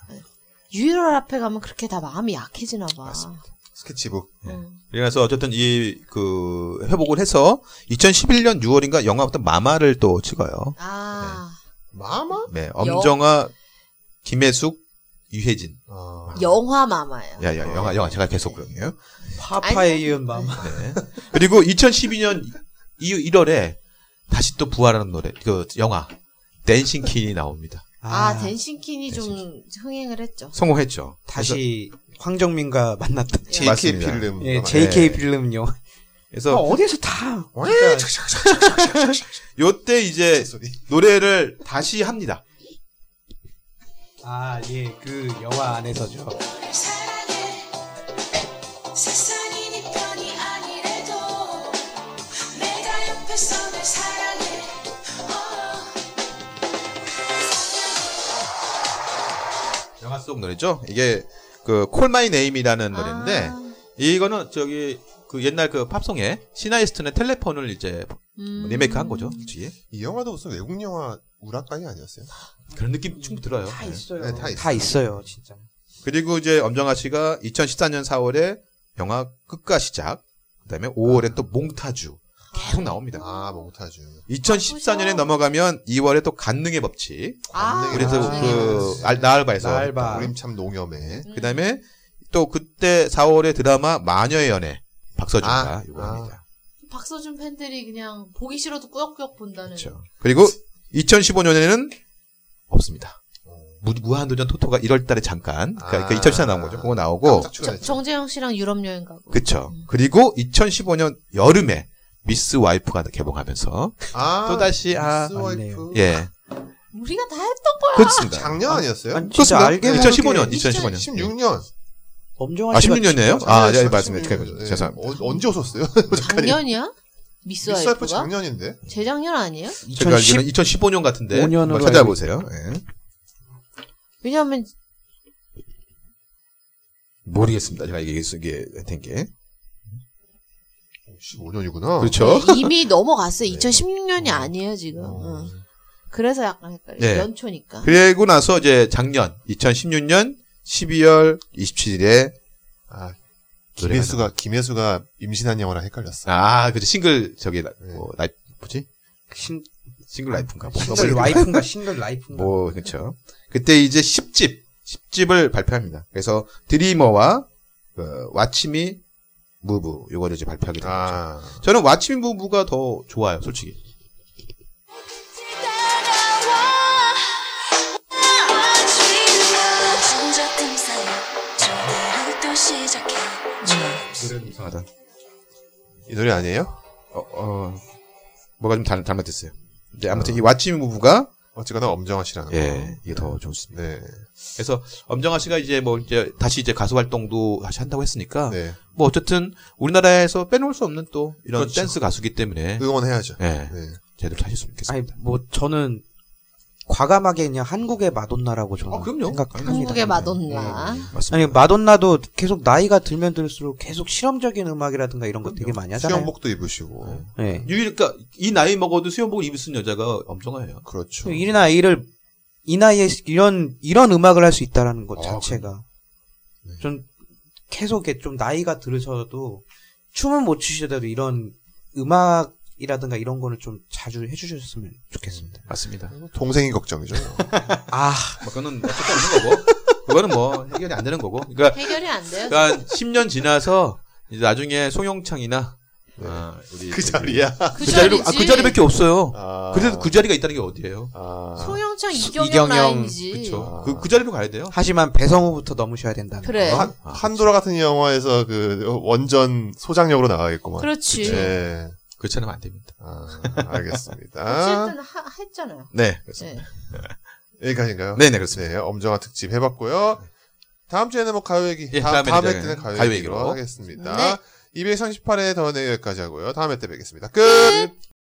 A: 유열 앞에 가면 그렇게 다 마음이 약해지나 봐. 어.
E: 맞습니다.
D: 스케치북.
E: 네.
A: 응.
E: 그래서 어쨌든 이 그 회복을 해서 2011년 6월인가 영화부터 마마를 또 찍어요.
A: 아
D: 마마?
E: 네, 엄정화, 김혜숙, 유혜진.
D: 아.
A: 영화 마마예요.
E: 야야 영화 영화 제가 계속 그러네요.
F: 파파에 이은 마마.
E: 네. 그리고 2012년 이후 1월에 다시 또 부활하는 노래 그 영화 댄싱 퀸이 나옵니다.
A: 아, 댄싱퀸이 좀
E: 댄싱퀸.
A: 흥행을 했죠.
E: 성공했죠.
F: 다시 황정민과
E: 예,
F: 만났던
A: 야.
D: JK
E: 맞습니다.
D: 필름.
F: 예, JK 필름 영화.
E: 그래서 그래서
F: 아, 어디에서 다
D: 와,
E: 요때 그러니까 이제
D: 소리.
E: 노래를 다시 합니다.
F: 아, 예, 그 영화 안에서죠.
B: 세상이 네 편이 아니래도 내가 옆에서
E: 속 노래죠. 이게 그 콜마이 네임이라는 노래인데
A: 아,
E: 이거는 저기 그 옛날 그 팝송에 시나이스턴의 텔레폰을 이제
A: 음.
E: 리메이크한 거죠. 뒤에
D: 이 영화도 무슨 외국 영화 우라카이 아니었어요?
E: 그런 느낌 충분 들어요.
A: 다
E: 네.
A: 있어요.
D: 네, 다 있어요.
F: 다 있어요, 진짜.
E: 그리고 이제 엄정아 씨가 2014년 4월에 영화 끝과 시작, 그다음에 5월에 또 몽타주 계속 나옵니다.
D: 아, 몽타주.
E: 2014년에
A: 바쁘죠.
E: 넘어가면 2월에 또 간능의 법칙,
A: 아,
E: 그래서
A: 아,
E: 그 알- 나알바에서,
F: 나알바.
D: 우림 참 농염해.
E: 아,
A: 음.
E: 그다음에 또 그때 4월에 드라마 마녀의 연애 박서준과
D: 아,
E: 이거 합니다.
A: 박서준 팬들이 그냥 보기 싫어도 꾸역꾸역 본다는.
E: 그렇죠. 그리고 2015년에는 없습니다. 무, 무한도전 토토가 1월달에 잠깐 그러니까
D: 아.
E: 2014년 나온 거죠. 그거 나오고
D: 깜짝
A: 저-
D: 출연했죠.
A: 정재영 씨랑 유럽 여행 가고. 음.
E: 그쵸. 그리고 2015년 여름에 미스 와이프가 개봉하면서
D: 아,
E: 또 다시 아
D: 미스 와이프.
E: 예.
A: 우리가 다 했던 거야.
E: 그렇습니다.
D: 작년 아니었어요?
F: 아니, 진짜
E: 그렇습니다.
F: 알게 모르게
E: 2015년, 2015년.
D: 16년.
F: 엄정화
E: 아,
F: 씨가
E: 16년이에요? 아, 예, 맞습니다.
D: 예.
E: 죄송합니다.
D: 어, 언제 오셨어요?
A: 작년이야? 미스
D: 미스 와이프
A: 와이프가?
D: 작년인데?
A: 재작년 아니에요?
E: 제가 알기로는 2015년 같은데.
F: 5년으로
E: 한번 찾아보세요. 예.
A: 왜냐하면
E: 모르겠습니다. 제가 이게, 이게, 된 게.
D: 15년이구나.
E: 그렇죠.
A: 네, 이미 넘어갔어요. 2016년이 아니에요
D: 어.
A: 지금. 응. 그래서 약간 헷갈려.
E: 네.
A: 연초니까.
E: 그리고 나서 이제 작년, 2016년 12월 27일에.
D: 아,
E: 노래가
D: 김혜수가, 김혜수가 임신한 영화랑 헷갈렸어.
E: 아, 그죠. 싱글, 저기, 나-
D: 네.
E: 뭐, 나이, 뭐지?
F: 신,
E: 싱글 라이프인가? 뭐,
F: 싱글 라이프인가 싱글 라이프인가
E: 뭐, 그쵸. 그때 이제 10집, 10집을 발표합니다. 그래서 드리머와, 어, 와치미 무브, 요거를 이제 발표하게 됩니다.
D: 아.
E: 저는 와치미 무브가 더 좋아요, 솔직히. 노래는 이상하다.
D: 이 노래 아니에요?
E: 어, 어, 뭐가 좀 닮, 닮았댔어요. 이제 아무튼 이 와치미 무브가,
D: 어쨌거나 엄정화 씨라는
E: 예, 이게 더 좋습니다.
D: 거. 네.
E: 그래서 엄정화 씨가 이제 뭐 이제 다시 이제 가수 활동도 다시 한다고 했으니까
D: 네.
E: 뭐 어쨌든 우리나라에서 빼놓을 수 없는 또 이런
D: 그렇죠.
E: 댄스 가수기 때문에
D: 응원해야죠.
E: 예
D: 네.
E: 제대로 하셨으면
F: 아니
E: 좋겠습니다.
F: 뭐 저는 과감하게 그냥 한국의 마돈나라고 저는
E: 아, 그럼요.
F: 생각합니다.
A: 한국의 마돈나.
E: 맞습니다.
F: 아니 마돈나도 계속 나이가 들면 들수록 계속 실험적인 음악이라든가 이런 거 되게 많이 하잖아요.
D: 수영복도 입으시고.
F: 네.
E: 유일 그러니까 이 나이 먹어도 수영복을 입을 수 있는 여자가 엄정화예요.
D: 그렇죠.
F: 이나 이를 이 나이에 이런 이런 음악을 할 수 있다라는 것
D: 아,
F: 자체가
D: 그래. 네.
F: 좀 계속 이렇게 좀 나이가 들으셔도 춤은 못 추시더라도 이런 음악이라든가 이런 거를 좀 자주 해주셨으면 좋겠습니다.
E: 맞습니다.
D: 동생이 걱정이죠.
F: 아
E: 뭐 그거는 어쨌든 없는 거고 그거는 뭐 해결이 안 되는 거고 그러니까
A: 해결이 안 돼요.
E: 한 10년 지나서 이제 나중에 송영창이나 아, 우리
D: 그
E: 저기-
D: 자리야.
A: 그,
E: 그 자리로
A: 자리지.
E: 아, 그 자리밖에 없어요.
D: 아.
E: 그래도 그 자리가 있다는 게 어디예요?
D: 아.
A: 소영창 이경영,
E: 이경영,
A: 라인이지.
E: 그쵸.
D: 아.
E: 그, 그 자리로 가야 돼요.
F: 하지만 배성우부터 넘으셔야 된다.
A: 그래.
D: 한, 한도라 같은 영화에서 그 원전 소장력으로 나가겠구만.
A: 그렇지.
D: 예.
E: 그렇지 않으면 안 됩니다.
D: 아, 알겠습니다.
A: 어쨌든 하, 했잖아요.
E: 네.
A: 네.
D: 여기까지인가요?
E: 네, 네, 그렇습니다.
D: 네, 엄정화 특집 해봤고요. 다음 주에는 뭐 가요 얘기,
E: 예,
D: 다음, 다음
E: 다음에는
D: 회 때는 가요,
E: 가요
D: 얘기로
E: 얘기로.
D: 하겠습니다.
A: 네.
D: 238회 더내 여기까지 하고요. 다음 회 때 뵙겠습니다. 끝!